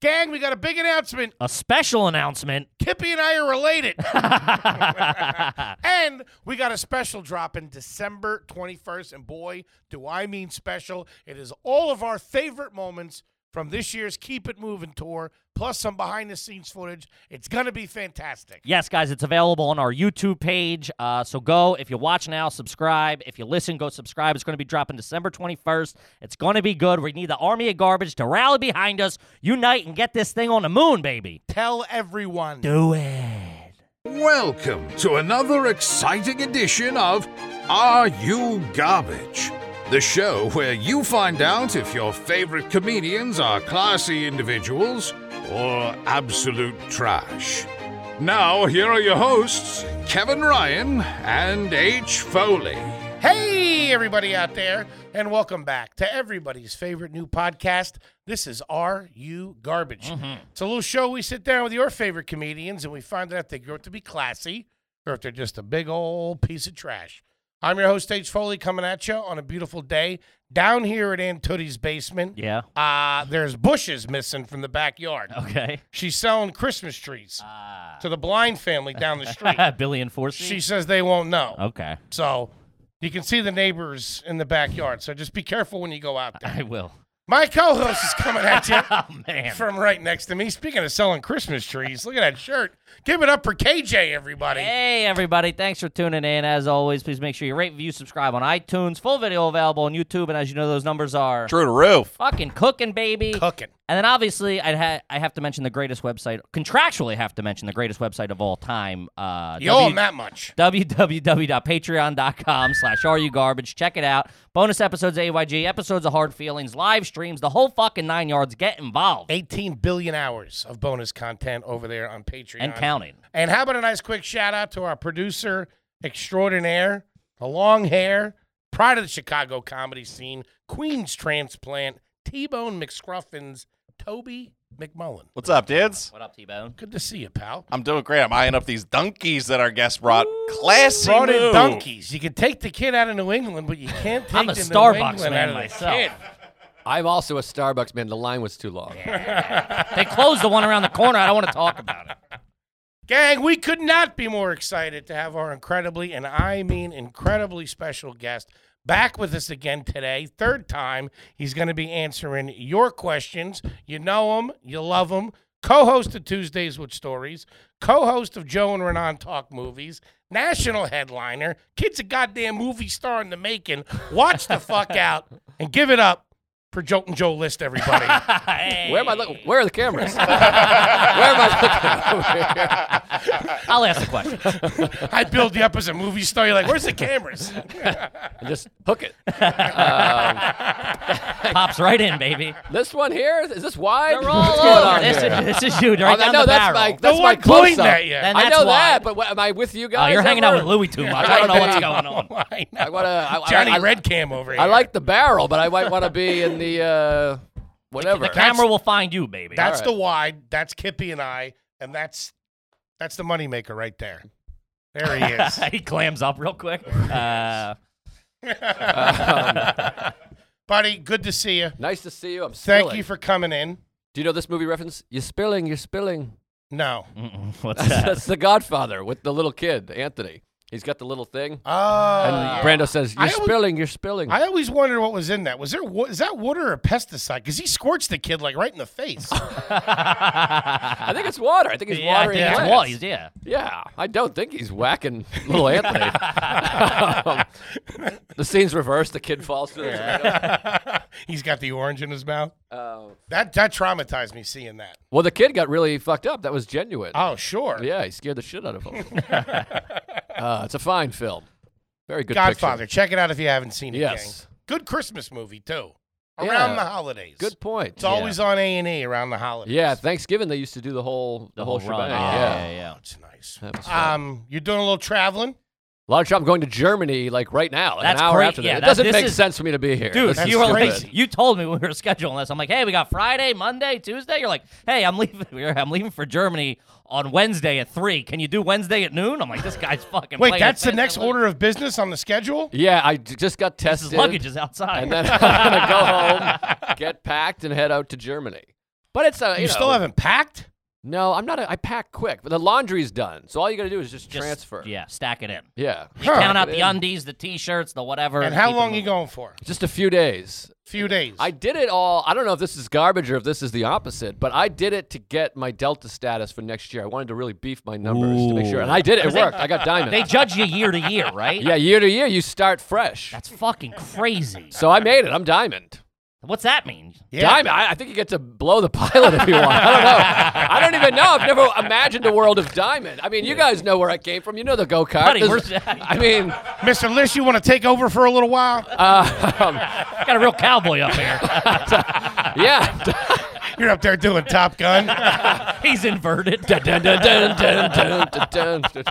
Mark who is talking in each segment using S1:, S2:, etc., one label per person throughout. S1: Gang, we got a big announcement.
S2: A special announcement.
S1: Kippy and I are related. and we got a special drop in December 21st. And boy, do I mean special. It is all of our favorite moments from this year's Keep It Moving tour, plus some behind the scenes footage. It's going to be fantastic.
S2: Yes, guys, it's available on our YouTube page. Uh, so go. If you watch now, subscribe. If you listen, go subscribe. It's going to be dropping December 21st. It's going to be good. We need the army of garbage to rally behind us, unite, and get this thing on the moon, baby.
S1: Tell everyone.
S2: Do it.
S3: Welcome to another exciting edition of Are You Garbage? The show where you find out if your favorite comedians are classy individuals or absolute trash. Now, here are your hosts, Kevin Ryan and H. Foley.
S1: Hey, everybody out there, and welcome back to everybody's favorite new podcast. This is Are You Garbage? It's a little show we sit down with your favorite comedians and we find out if they grow up to be classy or if they're just a big old piece of trash. I'm your host, H. Foley, coming at you on a beautiful day down here at Aunt Tootie's basement.
S2: Yeah. Oh.
S1: Uh, there's bushes missing from the backyard.
S2: Okay.
S1: She's selling Christmas trees to the blind family down the street.
S2: Billy and Forsy.
S1: she says they won't know.
S2: okay.
S1: So you can see the neighbors in the backyard. So just be careful when you go out there.
S2: I will.
S1: My co host is coming at you
S2: Oh, man.
S1: from right next to me. Speaking of selling Christmas trees, look at that shirt. Give it up for KJ, everybody.
S2: Hey, everybody. Thanks for tuning in. As always, please make sure you rate, view, subscribe on iTunes. Full video available on YouTube. And as you know, those numbers are
S4: True to roof.
S2: fucking cooking, baby.
S1: Cooking.
S2: And then obviously, I ha- I have to mention the greatest website. Contractually, have to mention the greatest website of all time. Uh,
S1: You owe him that much.
S2: www.patreon.com slash are you garbage check it out bonus episodes of ayg episodes of hard feelings live streams the whole fucking nine yards get involved
S1: 18 billion hours of bonus content over there on Patreon.
S2: and counting
S1: And how about a nice quick shout out to our producer extraordinaire, the long hair, pride of the Chicago comedy scene, Queens transplant, T Bone McScruffins, Toby McMullen.
S4: What's up, dudes?
S2: what up t-bone
S1: Good to see you, pal.
S4: I'm doing great. I'm eyeing up these donkeys that our guest brought. Classy
S1: Brought in
S4: move.
S1: donkeys. You can take the kid out of New England, but you can't take
S2: i'm a
S1: the New
S2: starbucks
S1: England out
S2: man
S1: of the
S2: myself
S1: kid.
S5: I'm also a Starbucks man. The line was too long.
S2: they closed the one around the corner i don't want to talk about it
S1: Gang, we could not be more excited to have our incredibly, and I mean incredibly special guest back with us again today. Third time, he's going to be answering your questions. You know him, you love him. Co host of Tuesdays with Stories, co host of Joe and Renan Talk Movies, national headliner, kid's a goddamn movie star in the making. Watch the fuck out and give it up for Jolt and Joe List, everybody.
S5: Where am I looking? Where are the cameras? Where am I looking?
S2: i'll ask the question
S1: I build you up as a movie star. You're like, where's the cameras?
S5: Just hook it. Um,
S2: pops right in baby
S5: This one here is this wide?
S2: They're all
S5: What's going
S2: over.
S5: on
S2: This
S5: here?
S2: is, this is you. They're
S5: I
S2: right down
S5: know
S2: the
S5: that's
S2: barrel.
S5: my that's
S1: one
S5: my close
S1: pointing at
S5: up.
S1: you.
S2: Then
S5: I
S2: that's
S5: know that,
S2: wide.
S5: but what, am I with you
S2: Oh,
S5: guys?
S2: you're hanging out with
S5: Lou.
S2: Louis too much. I don't know what's going on.
S1: I know.
S5: I want to. I,
S1: Johnny
S5: I, I,
S1: Red Cam over here.
S5: I like the barrel, but I might want to be in the uh, whatever.
S2: The camera will find you, baby.
S1: that's
S5: All
S1: the wide. That's Kippy and I, and that's that's the moneymaker right there. There he is.
S2: he clams up real quick. Uh,
S1: Buddy, good to see you.
S5: nice to see you. I'm
S1: Thank
S5: spilling.
S1: you for coming in.
S5: Do you know this movie reference? You're spilling. You're spilling.
S1: No.
S5: Mm-hmm.
S2: mm-mm, what's that?
S5: that's The Godfather with the little kid Anthony. He's got the little thing.
S1: Oh.
S5: And Brando says, "You're
S1: I always-
S5: spilling. You're spilling."
S1: I always wondered what was in that. Was there wa- is that water or pesticide? Because he scorched the kid like right in the face.
S5: I think it's water. I think he's
S2: yeah, I
S5: watering
S2: think it's
S5: plants.
S2: wall. He's- yeah.
S5: Yeah, I don't think he's whacking little Anthony. Um, the scene's reversed. The kid falls through. the window.
S1: He's got the orange in his mouth.
S5: Um,
S1: That that traumatized me seeing that.
S5: well, the kid got really fucked up. That was genuine.
S1: Oh sure.
S5: Yeah, he scared the shit out of him. uh, it's a fine film. Very good.
S1: Godfather. Check it out if you haven't seen it.
S5: Yes.
S1: gang. Good Christmas movie too.
S5: Yeah.
S1: Around the holidays.
S5: Picture. Good point.
S1: It's always on A and E around the holidays.
S5: Yeah, Thanksgiving they used to do the whole the,
S2: The
S5: whole,
S2: whole run.
S5: shebang.
S2: Yeah,
S5: Yeah.
S2: yeah, yeah.
S1: It's nice.
S5: That was fun.
S1: Um, you're doing a little traveling.
S5: a lot of trouble. I'm going to Germany like right now, like
S2: That's
S5: an hour
S2: great.
S5: after this.
S2: Yeah,
S5: it
S2: that's-
S5: doesn't
S2: this
S5: make
S2: is-
S5: sense for me to be here.
S2: Dude,
S5: This is
S2: you were
S5: stupid.
S1: crazy.
S2: like, you told me when we were scheduling this. I'm like, hey, we got Friday, Monday, Tuesday. You're like, hey, I'm leaving. I'm leaving for Germany on Wednesday at three. Can you do Wednesday at noon? I'm like, this guy's fucking.
S1: Wait,
S2: playing
S1: that's
S2: it
S1: the
S2: fast
S1: next
S2: and loose.
S1: order of business on the schedule.
S5: Yeah, I j- just got tested.
S2: His luggage is outside.
S5: and then I'm gonna go home, get packed, and head out to Germany. But it's a
S1: You,
S5: you
S1: still
S5: know,
S1: haven't packed?
S5: No, I'm not. A, I pack quick, but the laundry's done, so all you got to do is just,
S2: Just,
S5: transfer.
S2: Yeah, stack it in.
S5: Yeah.
S1: Huh.
S2: Count out
S5: It
S2: the
S5: is.
S2: undies, the t-shirts, the whatever.
S1: And how
S2: keep it
S1: long you
S2: moving.
S1: going for?
S5: Just a few days.
S1: few days.
S5: I did it all. I don't know if this is garbage or if this is the opposite, but I did it to get my Delta status for next year. I wanted to really beef my numbers to make sure, and I did it. It worked. I got diamond.
S2: They judge you year to year, right?
S5: yeah, year to year, you start fresh.
S2: That's fucking crazy.
S5: So I made it. I'm diamond.
S2: What's that mean?
S1: Yeah.
S5: Diamond. I, I think you get to blow the pilot if you want. I don't know. I don't even know. I've never imagined a world of diamond. I mean, you guys know where I came from. You know the go kart.
S2: Buddy, we're-
S5: I mean,
S1: Mr. Lish, you want to take over for a little while?
S2: Got a real cowboy up here.
S5: yeah.
S1: You're up there doing Top Gun.
S2: He's inverted.
S5: Dun, dun, dun, dun, dun, dun, dun, dun.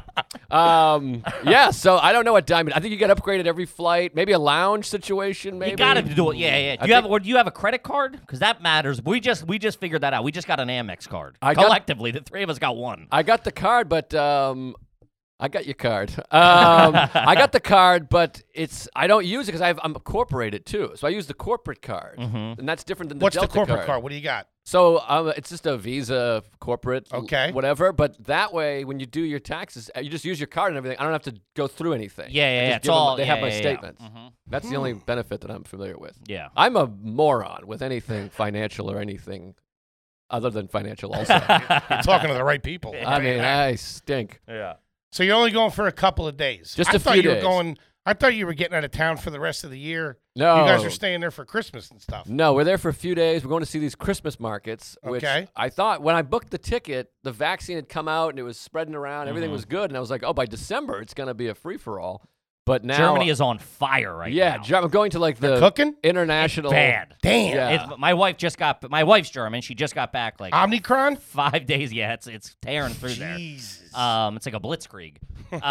S5: um, yeah, so I don't know what diamond. I think you get upgraded every flight. Maybe a lounge situation. Maybe
S2: You got to do it. Yeah, yeah. Do
S5: I
S2: you have
S5: think-
S2: or do you have a credit card? Because that matters. We just we just figured that out. We just got an Amex card
S5: I got-
S2: collectively. the three of us got one.
S5: I got the card, but um, I got your card. Um, I got the card, but it's I don't use it because I'm corporate too. So I use the corporate card,
S2: Mm-hmm.
S5: and that's different than the
S1: What's the
S5: Delta
S1: corporate card? What do you got?
S5: So um, it's just a Visa corporate, l-
S1: Okay.
S5: whatever. But that way, when you do your taxes, uh, you just use your card and everything. I don't have to go through anything.
S2: Yeah, yeah,
S5: I
S2: yeah,
S5: just
S2: it's
S5: give them-
S2: all-
S5: they have
S2: yeah,
S5: my
S2: yeah, yeah.
S5: statements. That's the
S1: Hmm.
S5: only benefit that I'm familiar with.
S2: Yeah.
S5: I'm a moron with anything financial or anything other than financial. Also,
S1: You're talking to the right people.
S5: I mean, I stink.
S2: Yeah.
S1: So you're only going for a couple of days.
S5: Just
S1: I
S5: a
S1: thought
S5: few
S1: you were
S5: days.
S1: going. I thought you were getting out of town for the rest of the year.
S5: No,
S1: You guys are staying there for Christmas and stuff.
S5: No, we're there for a few days. We're going to see these Christmas markets, which
S1: Okay.
S5: I thought when I booked the ticket, the vaccine had come out and it was spreading around. Everything
S1: Mm-hmm.
S5: was good, and I was like, oh, by December it's going to be a free for all. But now
S2: Germany is on fire right
S5: yeah,
S2: now.
S5: Ger- I'm going to like the
S1: They're cooking?
S5: international.
S2: bad.
S1: Damn.
S5: Yeah.
S2: It's, my wife just got my wife's German. She just got back
S5: Ah.
S2: like
S1: Omnicron.
S2: five days. Yeah, it's it's tearing through there.
S1: Jesus.
S2: Um, it's like a blitzkrieg.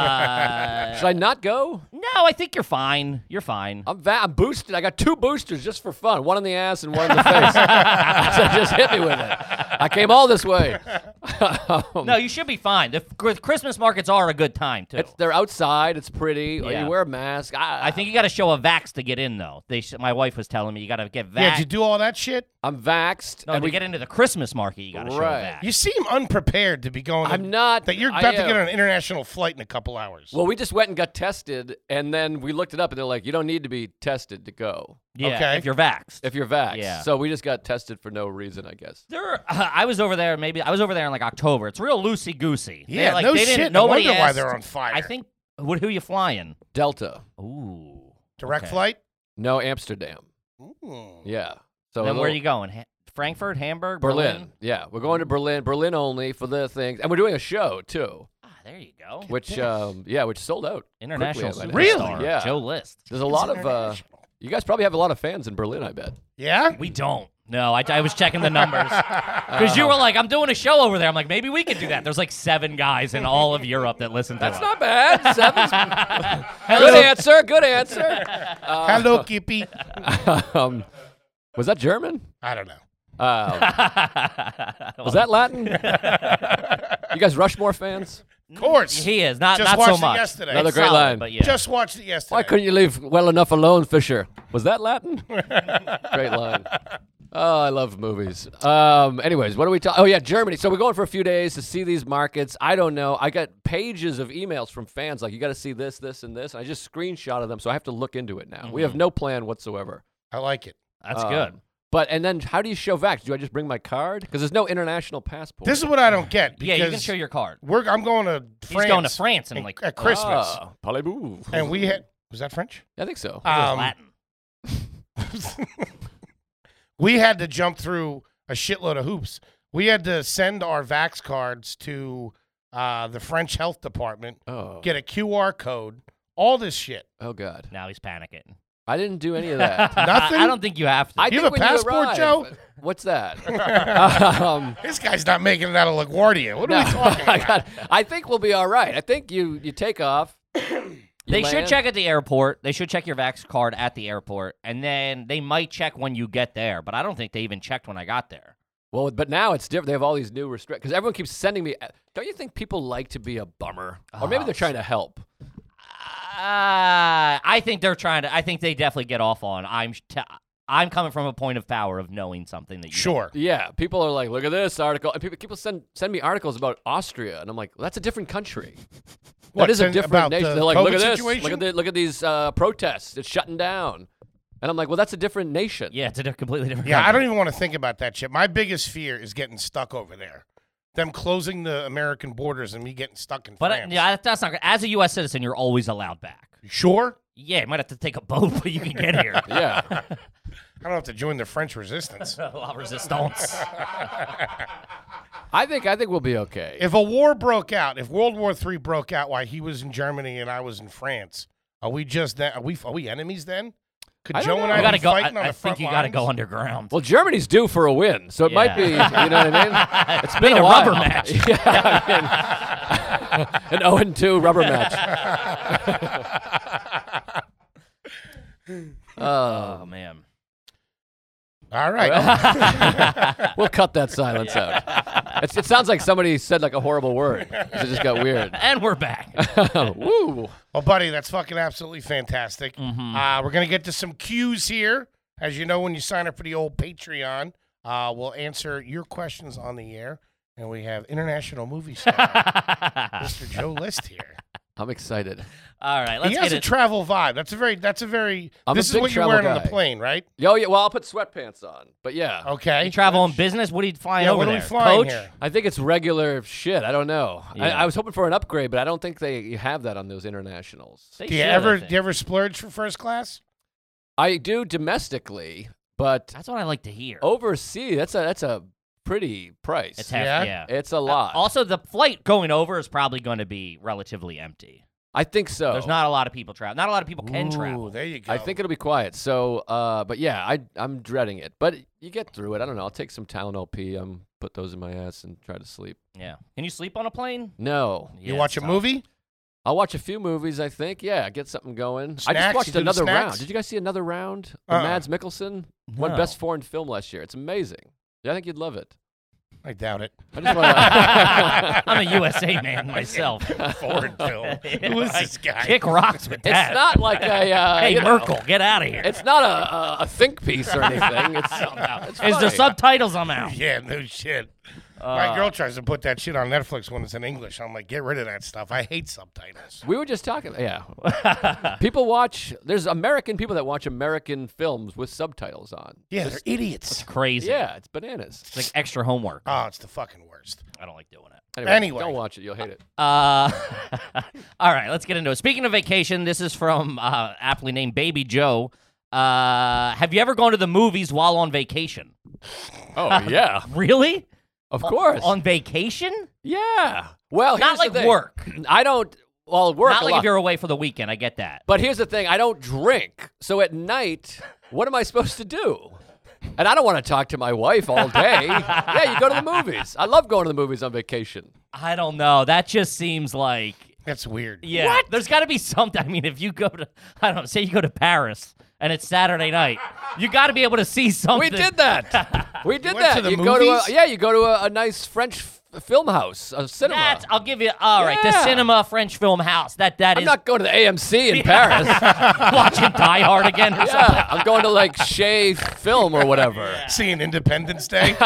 S2: Uh,
S5: Should I not go?
S2: no, I think you're fine. You're fine.
S5: I'm va- I'm boosted. I got two boosters just for fun. One in the ass and one in the face. so just hit me with it. I came all this way.
S2: No, you should be fine. The Chris- Christmas markets are a good time too.
S5: It's, they're outside. It's pretty.
S2: Yeah.
S5: You wear a mask. I,
S2: I think you got to show a vax to get in though. They sh- my wife was telling me you got to get vax.
S1: yeah. Did you do all that shit?
S5: I'm vaxxed.
S2: no,
S5: and
S2: to
S5: we-
S2: get into the Christmas market, you got to show a
S5: Right.
S2: vax.
S1: You seem unprepared to be going. to-
S5: I'm not-
S1: That you're
S5: I
S1: about to get
S5: am.
S1: on an international flight in a couple hours.
S5: Well, we just went and got tested, and then we looked it up, and they're like, you don't need to be tested to go
S2: yeah,
S1: okay.
S2: if you're vaxxed.
S5: if you're vaxxed.
S2: Yeah.
S5: So we just got tested for no reason, I guess.
S2: There, I was over there. Maybe I was over there in like October. It's real loosey goosey.
S1: Yeah,
S2: like,
S1: no
S2: they didn't,
S1: shit. No
S2: Nobody
S1: wonder why they're
S2: asked.
S1: on fire.
S2: I think. What? Who you flying?
S5: Delta,
S2: Ooh.
S1: direct
S2: okay.
S1: flight.
S5: no Amsterdam.
S2: Hmm.
S1: Ooh.
S5: Yeah. So
S2: then
S5: a
S2: where are
S5: little-
S2: you going? Ha- Frankfurt, Hamburg,
S5: Berlin. Yeah, we're going to Berlin. Berlin only for the things, and we're doing a show too,
S2: Ah, there you go.
S5: which um, yeah, which sold out. quickly,
S2: International
S5: I might add.
S2: superstar.
S1: Really?
S5: Yeah.
S2: Joe List.
S5: There's a lot of uh, you guys probably have a lot of fans in Berlin. I bet.
S1: Yeah.
S2: We don't. No, I, I was checking the numbers because you were like, "I'm doing a show over there." I'm like, maybe we could do that. There's like seven guys in all of Europe that listen to us.
S5: Not bad. Seven's good answer. Good answer.
S2: Uh,
S1: Hello, Kippy.
S5: Um, was that German?
S1: I don't know.
S5: Um, was that Latin? you guys Rushmore fans?
S1: Of course.
S2: Mm, he is not
S1: Just
S2: not
S1: watched
S2: so
S1: it
S2: much.
S1: yesterday.
S5: Another
S2: It's
S5: great
S2: solid,
S5: line.
S2: but yeah.
S1: Just watched it yesterday.
S5: Why couldn't you leave well enough alone, Fisher? Was that Latin? Great line. Oh, I love movies. Um, anyways, what are we talking? Oh yeah, Germany. So we're going for a few days to see these markets. I don't know. I got pages of emails from fans like, "You got to see this, this, and this." And I just screenshotted them, so I have to look into it now. We
S1: Mm-hmm.
S5: have no plan whatsoever.
S1: I like it.
S2: That's
S5: Um,
S2: good.
S5: But and then how do you show vax? Do I just bring my card? Because there's no international passport.
S1: This is what I don't get.
S2: Yeah,
S1: Because
S2: you can show your card.
S1: We're, I'm going to France.
S2: He's going to France in,
S1: in-
S2: like
S1: at Christmas,
S5: Ah, parlez-vous.
S1: and we had was that French?
S5: I think so.
S2: it was
S1: Um,
S2: Latin.
S1: we had to jump through a shitload of hoops. We had to send our vax cards to uh, the French health department,
S5: Oh,
S1: get a QR code, all this shit.
S5: oh God.
S2: Now he's panicking.
S5: I didn't do any of that.
S1: Nothing?
S2: I don't think you have to. I,
S5: I
S1: You
S5: think
S1: have a
S5: when
S1: passport,
S5: arrive-
S1: Joe?
S5: What's that? um,
S1: This guy's not making it out of LaGuardia. What are we talking
S5: I,
S1: about?
S5: got- I think we'll be all right. I think you you take off.
S2: they should
S5: land.
S2: check at the airport. They should check your vax card at the airport, and then they might check when you get there. But I don't think they even checked when I got there.
S5: Well, but now it's different. They have all these new restrictions because everyone keeps sending me. uh, Don't you think people like to be a bummer, or maybe
S2: Ah.
S5: they're trying to help?
S2: Uh, I think they're trying to. I think they definitely get off on. I'm. T- I'm coming from a point of power of knowing something that you don't.
S1: Sure.
S5: Yeah, people are like, look at this article. And people, people send send me articles about Austria, and I'm like, well, that's a different country.
S1: What,
S5: that is a
S1: then
S5: different
S1: about
S5: nation.
S1: the
S5: They're like,
S1: COVID
S5: look at this. Look
S1: situation?
S5: at the, look at these uh, protests. It's shutting down. And I'm like, well, that's a different nation.
S2: Yeah, it's a di- completely different.
S1: Yeah, I
S2: country.
S1: don't even want to think about that shit. My biggest fear is getting stuck over there. Them closing the American borders and me getting stuck in
S2: But uh,
S1: France.
S2: yeah, that's not. As a U.S. citizen, you're always allowed back.
S1: Sure.
S2: Yeah, you might have to take a boat, but you can get here.
S5: Yeah.
S1: I don't have to join the French resistance.
S2: La resistance.
S5: I think I think we'll be okay.
S1: if a war broke out, if World War III broke out while he was in Germany and I was in France, are we just that? Are we are we enemies then? Could
S5: I don't
S1: Joe and
S5: know.
S1: I
S2: You
S5: You
S1: be
S2: gotta go. I,
S1: fighting on
S2: I
S1: the
S2: think
S1: front
S2: you gotta
S1: lines?
S2: go underground.
S5: well, Germany's due for a win, so it might be. You know what I mean? It's been
S2: Made a
S5: while.
S2: rubber match.
S5: Yeah, I mean, an 0 and 2 rubber match. Uh,
S2: oh man.
S1: All right.
S5: We'll cut that silence out. It's, it sounds like somebody said like a horrible word. It just got weird.
S2: And we're back.
S5: Woo.
S1: well, buddy, that's fucking absolutely fantastic.
S2: Mm-hmm.
S1: Uh, we're gonna get to some cues here. As you know, when you sign up for the old Patreon, uh, we'll answer your questions on the air, and we have international movie star Mr. Joe List here.
S5: I'm excited.
S2: All right, let's
S1: he
S2: get
S1: has a
S2: it.
S1: travel vibe. That's a very. That's a very.
S5: I'm a
S1: this is
S5: big
S1: what you're
S5: travel
S1: wearing on
S5: guy.
S1: the plane, right?
S5: Yo, yeah. Well, I'll put sweatpants on, but yeah,
S1: Okay.
S2: you travel on business. What are you flying
S1: yeah,
S2: over
S1: what are
S2: there?
S1: we flying
S2: Coach.
S1: here?
S5: I think it's regular shit. I don't know.
S2: Yeah.
S5: I, I was hoping for an upgrade, but I don't think they have that on those internationals.
S2: They
S1: Do you
S2: should, I
S1: ever
S2: think.
S1: do you ever splurge for first class?
S5: I do domestically, but
S2: That's what I like to hear.
S5: overseas, that's a that's a pretty price.
S2: it's
S1: Oh, Yeah.
S2: half, yeah.
S5: It's a lot.
S2: Also, the flight going over is probably going to be relatively empty.
S5: I think so.
S2: There's not a lot of people travel. Not a lot of people can travel.
S1: there you go.
S5: I think it'll be quiet. So, uh, but yeah, I I'm dreading it. But you get through it. I don't know. I'll take some Tylenol P. Um, put those in my ass and try to sleep.
S2: Yeah. Can you sleep on a plane?
S5: No,
S1: you
S2: Yeah,
S1: watch a
S2: so-
S1: movie.
S5: I'll watch a few movies. I think. Yeah, get something going. I
S1: Snacks?
S5: just
S1: You
S5: watched
S1: do the
S5: another
S1: snacks?
S5: round. Did you guys see another round? The
S1: Uh-uh.
S5: Mads Mikkelsen won
S2: No.
S5: best foreign film last year. It's amazing. Yeah, I think you'd love it.
S1: I doubt it.
S5: I just want to.
S2: I'm a USA man myself.
S1: Foreign film. Who is this guy?
S2: Kick rocks with that.
S5: it's not like a. Uh,
S2: hey,
S5: you know,
S2: Merkel, get out of here.
S5: It's not a, a, a think piece or anything. It's,
S2: Is
S5: it's
S2: there
S5: funny.
S2: subtitles? I'm out.
S1: Yeah, no shit.
S5: Uh,
S1: My girl tries to put that shit on Netflix when it's in English. I'm like, get rid of that stuff. I hate subtitles.
S5: We were just talking. Yeah. people watch. There's American people that watch American films with subtitles on.
S1: Yeah, they're idiots.
S2: Crazy.
S5: Yeah, it's bananas.
S2: It's like extra homework.
S1: Oh, it's the fucking worst.
S2: I don't like doing it.
S5: Anyway,
S1: Anyway.
S5: don't watch it. You'll hate it.
S2: Uh, all right, let's get into it. Speaking of vacation, this is from uh, aptly named Baby Joe. Uh, have you ever gone to the movies while on vacation?
S5: Oh yeah,
S2: Really?
S5: of course.
S2: On vacation?
S5: yeah. Well,
S2: Not
S5: here's the
S2: like
S5: thing.
S2: work.
S5: I don't. Well, work
S2: Not
S5: a
S2: like if
S5: lot.
S2: you're away for the weekend. I get that.
S5: But here's the thing. I don't drink. So at night, what am I supposed to do? And I don't want to talk to my wife all day. yeah, you go to the movies. I love going to the movies on vacation.
S2: I don't know. That just seems like
S1: That's weird.
S2: yeah. There's got to be something. I mean, if you go to I don't know, say you go to Paris and it's Saturday night, you got to be able to see something.
S5: We did that. We did
S1: went
S5: that.
S1: to the
S5: you go to a,
S1: movies?
S5: yeah, you go to a, a nice French f- film house, a cinema.
S2: That's, I'll give you all right. The
S5: Yeah.
S2: cinema French film house. That that
S5: I'm
S2: is
S5: not going to the AMC in Paris.
S2: watching Die Hard again. Or something.
S5: yeah, I'm going to like Shea Film or whatever.
S1: Seeing Independence Day.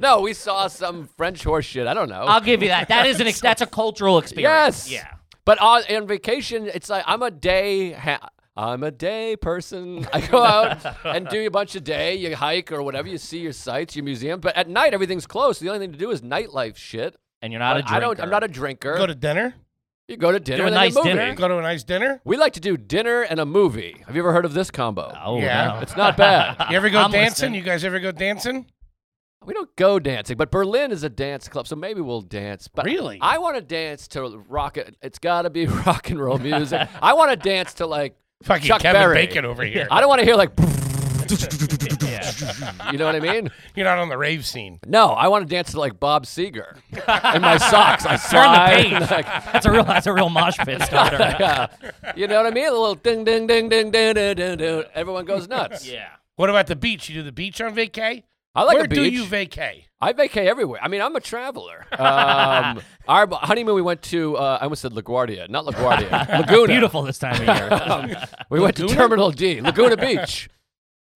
S5: No, we saw some French horse shit. I don't know.
S2: I'll give you that. That is an ex- that's a cultural experience.
S5: yes.
S2: Yeah.
S5: But on, on vacation, it's like I'm a day. Ha- I'm a day person. I go out and do a bunch of day. You hike or whatever. You see your sights, your museum. But at night, everything's closed. The only thing to do is nightlife shit.
S2: And you're not a
S5: I
S2: drinker.
S5: don't. I'm not a drinker.
S1: go to dinner.
S5: you go to dinner.
S2: Do a
S5: and then
S2: nice
S5: movie.
S2: dinner.
S1: Go to a nice dinner.
S5: We like to do dinner and a movie. Have you ever heard of this combo?
S2: Oh
S1: Yeah.
S2: no.
S5: It's not bad.
S1: You ever go
S2: I'm
S1: dancing?
S2: listening.
S1: You guys ever go dancing?
S5: we don't go dancing, but Berlin is a dance club, so maybe we'll dance. But
S1: Really?
S5: I want to dance to rock. It. It's got to be rock and roll music. I want to dance to like
S1: Fucking
S5: Chuck
S1: Kevin
S5: Berry.
S1: Bacon over here.
S5: I don't want to hear like.
S2: Yeah.
S5: You know what I mean?
S1: You're not on the rave scene.
S5: No, I want to dance to like Bob Seger in my socks. I
S2: Turn the
S5: slide,
S2: page. that's a real that's a real mosh pit starter.
S5: Yeah. You know what I mean? A little ding, ding, ding, ding, ding, ding, ding, ding. Everyone goes nuts.
S2: yeah.
S1: What about the beach? You do the beach on vacay?
S5: I like
S1: Where
S5: a beach.
S1: do you vacay?
S5: I vacay everywhere. I mean, I'm a traveler. Um, our b- honeymoon, we went to, uh, I almost said LaGuardia, not LaGuardia, Laguna.
S2: Beautiful this time of year.
S5: We went to Terminal D, Laguna Beach.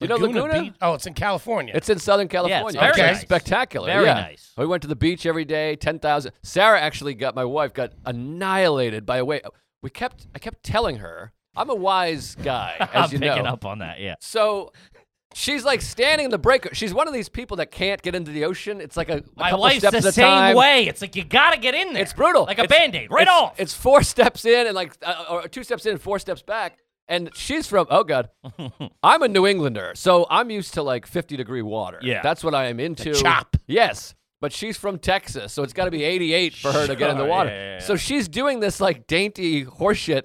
S5: You know Laguna?
S1: Beach? Oh, it's in California.
S5: It's in Southern California.
S2: very
S5: It's
S1: nice.
S5: spectacular.
S2: Very
S5: yeah.
S2: nice.
S5: We went to the beach every day. Ten thousand. Sarah actually got my wife got annihilated by a wave. We kept. I kept telling her I'm a wise guy, as
S2: I'm
S5: you
S2: picking
S5: know.
S2: up on that. Yeah.
S5: So. She's like standing in the breaker. She's one of these people that can't get into the ocean. It's like a, a
S2: My
S5: couple
S2: wife's
S5: steps
S2: the
S5: at a
S2: same
S5: time.
S2: way. It's like you gotta get in there.
S5: It's brutal.
S2: Like a
S5: It's-
S2: band aid, right
S5: it's,
S2: off.
S5: It's four steps in and like uh, or two steps in and four steps back. And she's from oh god, I'm a New Englander, so I'm used to like 50 degree water.
S2: Yeah.
S5: that's what I am into.
S1: chop.
S5: Yes, but she's from Texas, so it's got to be 88 for her to get in the
S2: Sure,
S5: water.
S2: yeah, yeah, yeah.
S5: So she's doing this like dainty horseshit,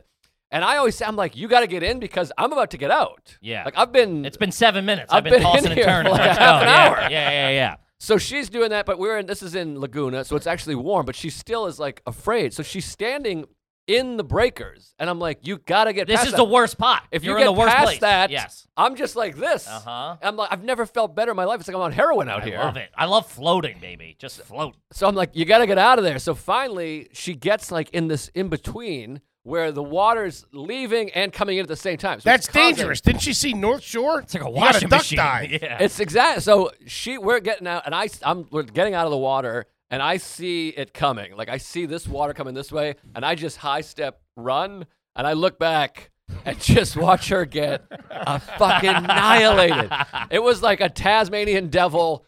S5: and I always say I'm like, you got to get in because I'm about to get out.
S2: Yeah.
S5: like I've been.
S2: It's been seven minutes.
S5: I've
S2: I've been,
S5: been in
S2: tossing and
S5: here for
S2: turning.
S5: like
S2: Let's
S5: a half
S2: go.
S5: an
S2: yeah.
S5: hour.
S2: Yeah, yeah, yeah.
S5: So she's doing that, but we're in. This is in Laguna, so it's actually warm, but she still is like afraid. So she's standing in the breakers, and I'm like, you gotta get.
S2: This
S5: past
S2: is
S5: that.
S2: the worst pot.
S5: If
S2: You're
S5: you get
S2: in the worst
S5: past
S2: place.
S5: that,
S2: yes.
S5: I'm just like this.
S2: Uh-huh.
S5: I'm like, I've never felt better in my life. It's like I'm on heroin out
S2: I
S5: here.
S2: love it. I love floating, baby. Just float.
S5: So I'm like, you gotta get out of there. So finally, she gets like in this in between where the water's leaving and coming in at the same time. So
S1: That's
S5: it's causing-
S1: dangerous. Didn't she see North Shore?
S2: It's like a
S1: You gotta
S2: washing
S1: duck
S2: machine.
S1: dive.
S2: Yeah.
S5: It's exact. So she, we're getting out, and I, I'm, we're getting out of the water, and I see it coming. Like I see this water coming this way, and I just high step run, and I look back and just watch her get uh, fucking annihilated. It was like a Tasmanian devil.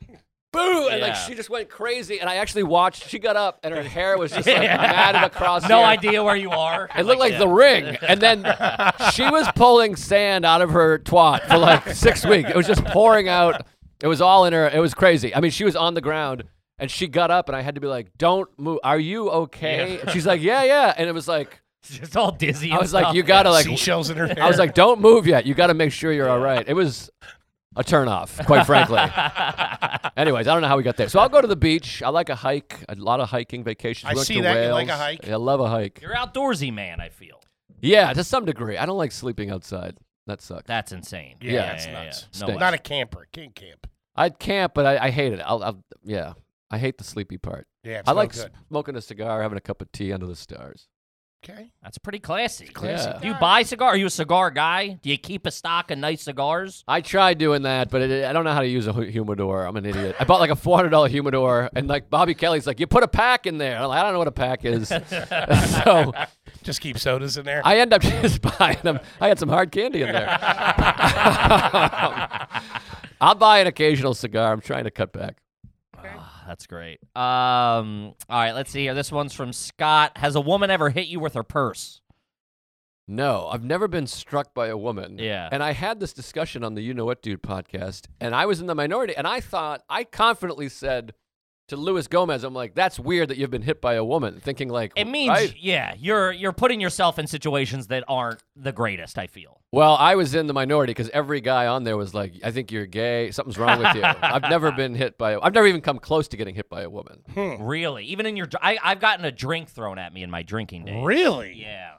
S5: Boo! And like
S2: Yeah.
S5: she just went crazy, and I actually watched. She got up, and her hair was just like matted across.
S2: no
S5: here.
S2: idea where you are.
S5: It looked like the ring. And then she was pulling sand out of her twat for like six weeks. It was just pouring out. It was all in her. It was crazy. I mean, she was on the ground and she got up and I had to be like, don't move. Are you okay? And she's like, yeah, yeah. And it was like,
S2: It's just all dizzy.
S5: I
S2: and
S5: was like,
S2: stuff.
S5: you got to like,
S1: Seashells in her hair.
S5: I was like, don't move yet. You got to make sure you're all right. It was a turnoff, quite frankly. Anyways, I don't know how we got there. So I'll go to the beach. I like a hike, a lot of hiking vacations.
S1: I
S5: We went
S1: see
S5: to
S1: that. You like a
S5: Wales.
S1: hike.
S5: I love a hike.
S2: You're outdoorsy, man. I feel
S5: Yeah, to some degree. I don't like sleeping outside. That sucks.
S2: that's insane.
S1: Yeah, that's nuts.
S2: No
S5: Stinks.
S2: way.
S1: not a camper. Can't camp.
S5: I'd camp, but I, I hate it. I'll, I'll, yeah, I hate the sleepy part.
S1: Yeah, it's
S5: I
S1: no
S5: like
S1: good.
S5: smoking a cigar, having a cup of tea under the stars.
S1: Okay.
S2: That's pretty classy.
S5: classy
S2: Do you buy cigar? Are you a cigar guy? Do you keep a stock of nice cigars?
S5: I tried doing that, but it, I don't know how to use a hu- humidor. I'm an idiot. I bought like a $400 humidor, and like Bobby Kelly's like, you put a pack in there. I'm like, I don't know what a pack is. so
S1: Just keep sodas in there.
S5: I end up just buying them. I had some hard candy in there. Um, I'll buy an occasional cigar. I'm trying to cut back.
S2: Ah, that's great. Um, all right, let's see here. This one's from Scott. Has a woman ever hit you with her purse?
S5: No, I've never been struck by a woman.
S2: Yeah.
S5: And I had this discussion on the You Know What Dude podcast, and I was in the minority, and I thought, I confidently said to Luis Gomez, I'm like, that's weird that you've been hit by a woman, thinking like,
S2: It means
S5: right?
S2: yeah, you're you're putting yourself in situations that aren't the greatest. I feel.
S5: Well, I was in the minority because every guy on there was like, I think you're gay. Something's wrong with you. I've never been hit by, a, I've never even come close to getting hit by a woman.
S2: Really, even in your, dr- I, I've gotten a drink thrown at me in my drinking days.
S1: really?
S2: Yeah,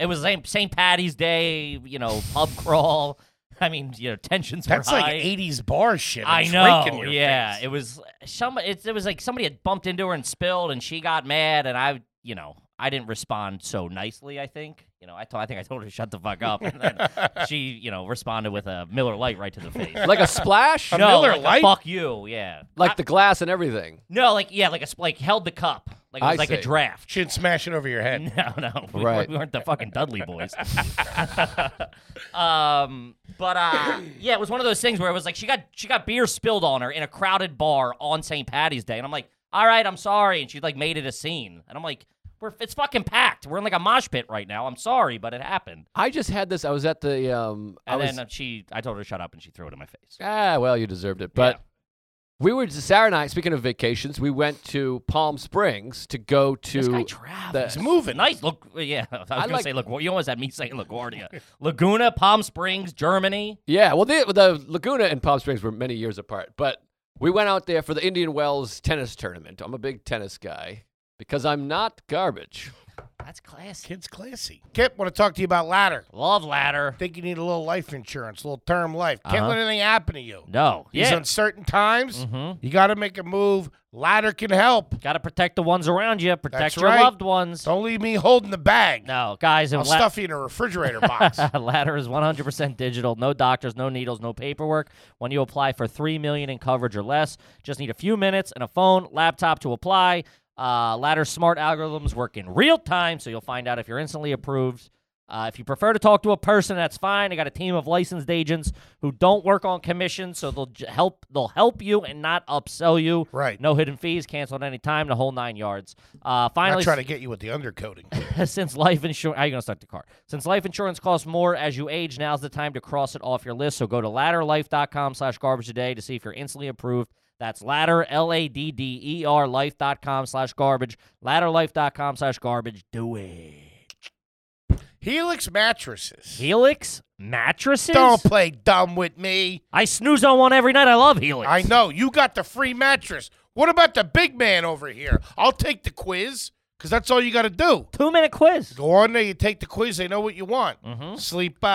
S2: it was St. St. Patty's Day, you know, pub crawl. I mean, you know, tensions
S1: That's
S2: were
S1: like
S2: high.
S1: 80s bar shit. A
S2: I
S1: drink in
S2: know.
S1: your
S2: Yeah,
S1: face.
S2: it was somebody. It, it was like somebody had bumped into her and spilled, and she got mad, and I, you know, I didn't respond so nicely. I think, you know, I told, I think I told her to shut the fuck up, and then she, you know, responded with a Miller Light right to the face.
S5: Like a splash,
S1: A
S2: no,
S1: Miller
S2: like a
S1: Lite?
S2: fuck you. Yeah.
S5: like the glass and everything.
S2: No, like yeah, like a sp- like held the cup, like it was
S5: I
S2: like
S5: see.
S2: a draft.
S1: She didn't smash it over your head.
S2: No, no, we,
S5: Right.
S2: weren't, we weren't the fucking Dudley boys. um, but uh, yeah, it was one of those things where it was like she got she got beer spilled on her in a crowded bar on St. Patty's Day, and I'm like, all right, I'm sorry, and she like made it a scene, and I'm like, we're it's fucking packed, we're in like a mosh pit right now. I'm sorry, but it happened.
S5: I just had this, I was at the, um, I
S2: And
S5: was,
S2: then uh, she, I told her to shut up, and she threw it in my face.
S5: Ah, well, you deserved it. But we were Sarah and I. Speaking of vacations, we went to Palm Springs to go to.
S2: This guy travels.
S1: He's
S5: the-
S1: moving.
S2: Nice. Look, yeah. I was gonna
S5: like-
S2: say, look, you almost had me saying LaGuardia, Laguna, Palm Springs, Germany.
S5: yeah, well, the, the Laguna and Palm Springs were many years apart, but we went out there for the Indian Wells tennis tournament. I'm a big tennis guy because I'm not garbage.
S2: That's classy.
S1: Kid's classy. Kip, want to talk to you about ladder.
S2: Love ladder.
S1: Think you need a little life insurance, a little term life. Can't let anything happen to you.
S2: No.
S1: These
S2: Uh-huh. Yeah. Mm-hmm.
S1: uncertain times, you got to make a move. Ladder can help.
S2: Got to protect the ones around you. Protect
S1: That's
S2: your
S1: right.
S2: loved ones.
S1: Don't leave me holding the bag.
S2: No, guys. And
S1: I'll
S2: la-
S1: stuff you in a refrigerator box.
S2: Ladder is 100% digital. No doctors, no needles, no paperwork. When you apply for 3 million in coverage or less, just need a few minutes and a phone, laptop to apply. Uh, Ladder's smart algorithms work in real time, so you'll find out if you're instantly approved. Uh, if you prefer to talk to a person, that's fine. I got a team of licensed agents who don't work on commission, so they'll j- help. They'll help you and not upsell you.
S1: Right.
S2: No hidden fees, canceled any time, the whole nine yards. Uh,
S1: I'm
S2: finally,
S1: trying to get you with the undercoating.
S2: since life insurance, how you gonna start the car? Since life insurance costs more as you age, now's the time to cross it off your list. So go to ladderlife.com/garbage today to see if you're instantly approved. That's ladder l a d d e r life.com/garbage. Ladderlife.com/garbage. Do it.
S1: Helix mattresses.
S2: Helix mattresses.
S1: Don't play dumb with me.
S2: I snooze on one every night. I love Helix.
S1: I know you got the free mattress. What about the big man over here? I'll take the quiz because that's all you got to do.
S2: Two minute quiz.
S1: Go on there, you take the quiz. They know what you want.
S2: Mhm.
S1: Sleep uh,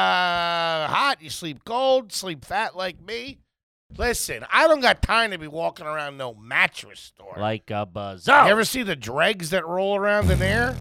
S1: hot, you sleep cold, sleep fat like me. Listen, I don't got time to be walking around no mattress store.
S2: Like a buzz. oh!
S1: you ever see the dregs that roll around in there?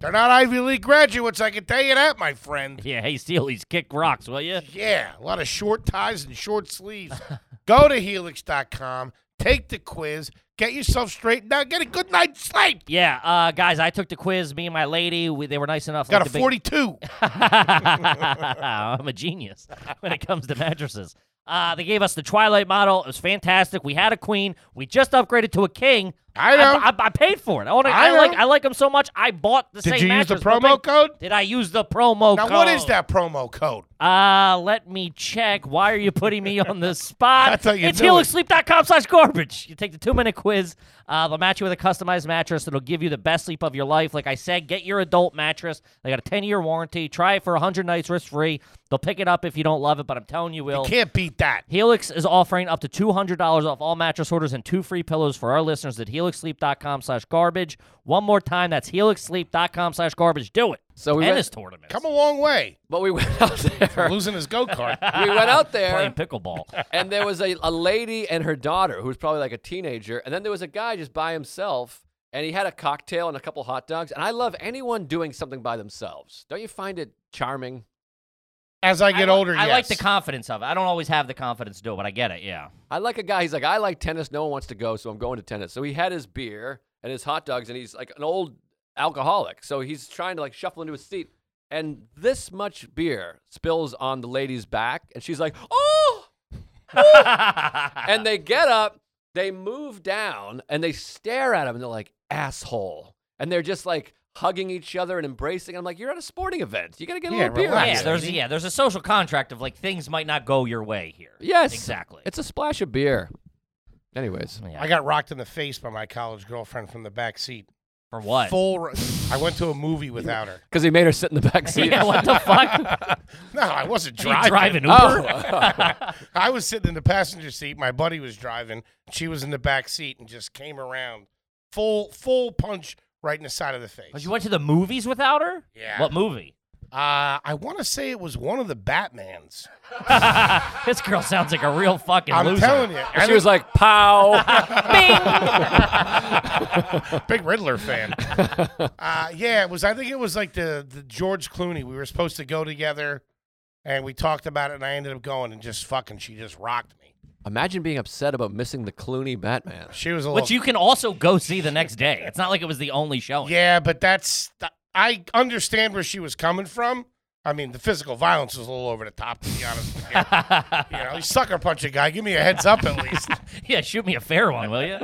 S1: They're not Ivy League graduates, I can tell you that, my friend.
S2: yeah. Hey, Steely's kick rocks, will you?
S1: Yeah, a lot of short ties and short sleeves. Go to helix.com, take the quiz, get yourself straightened out, get a good night's sleep.
S2: Yeah, uh, guys, I took the quiz. Me and my lady, we, they were nice enough.
S1: Got
S2: like
S1: a
S2: the big-
S1: 42.
S2: I'm a genius when it comes to mattresses. Uh, they gave us the Twilight model. It was fantastic. We had a queen. We just upgraded to a king.
S1: I know.
S2: I, I, I paid for it. I, wanna,
S1: I
S2: I, like.
S1: know.
S2: I like them so much. I bought the Oh.
S1: Did
S2: same
S1: you use the
S2: mattress, but
S1: promo
S2: they-
S1: code?
S2: Did I use the promo
S1: Now,
S2: code?
S1: what is that promo code?
S2: Uh, let me check. Why are you putting me on the spot?
S1: That's how you
S2: it's
S1: do it.
S2: helixsleep.com slash garbage. You take the two minute quiz. Uh, they'll match you with a customized mattress that'll give you the best sleep of your life. Like I said, get your adult mattress. They got a 10 year warranty. Try it for 100 nights risk free. They'll pick it up if you don't love it, but I'm telling you, will.
S1: Can't beat that.
S2: Helix is offering up to $200 off all mattress orders and two free pillows for our listeners at helixsleep.com slash garbage. One more time, that's helixsleep.com slash garbage. Do it.
S5: So we
S2: Tennis
S5: went,
S2: tournament.
S1: Come a long way.
S5: but we went out there.
S1: Losing his go kart.
S5: We went out
S2: Playing
S5: there,
S2: pickleball.
S5: and there was a, a lady and her daughter who was probably like a teenager, and then there was a guy just by himself, and he had a cocktail and a couple hot dogs. And I love anyone doing something by themselves. Don't you find it charming?
S1: As I get
S2: li-
S1: older,
S2: I
S1: yes.
S2: like the confidence of it. I don't always have the confidence to do it, but I get it. Yeah.
S5: I like a guy. He's like, I like tennis. No one wants to go, so I'm going to tennis. So he had his beer and his hot dogs, and he's like an old alcoholic. So he's trying to like shuffle into his seat, and this much beer spills on the lady's back, and she's like, oh. and they get up, they move down, and they stare at him, and they're like, asshole. And they're just like hugging each other and embracing. I'm like, you're at a sporting event. You got to get a
S1: Yeah,
S5: little beer.
S1: relax,
S5: in
S2: yeah,
S5: you."
S2: there's yeah, there's a social contract of like things might not go your way here.
S5: yes.
S2: exactly.
S5: It's a splash of beer. Anyways.
S2: yeah.
S1: I got rocked in the face by my college girlfriend from the back seat.
S2: for what?
S1: Full. ro- I went to a movie without her.
S5: Because he made her sit in the back seat.
S2: yeah, what the fuck?
S1: No, I wasn't
S2: She
S1: driving.
S2: driving Uber?
S5: Oh.
S1: I was sitting in the passenger seat. My buddy was driving. She was in the back seat and just came around, full full punch right in the side of the face.
S2: But you went to the movies without her?
S1: Yeah.
S2: What movie?
S1: Uh, I want to say it was one of the Batmans.
S2: This girl sounds like a real fucking
S1: I'm
S2: loser.
S1: telling you,
S5: she was like, pow.
S1: big Riddler fan. uh, yeah, it was. I think it was like the the George Clooney. We were supposed to go together, and we talked about it, and I ended up going and just fucking. She just rocked me.
S5: Imagine being upset about missing the Clooney Batman.
S1: She was a
S2: Which
S1: little.
S2: you can also go see the next day. It's not like it was the only showing.
S1: yeah, but that's. I understand where she was coming from. I mean, the physical violence was a little over the top, to be honest with you. you know, you sucker punch a guy. Give me a heads up at least.
S2: yeah, shoot me a fair one, will you?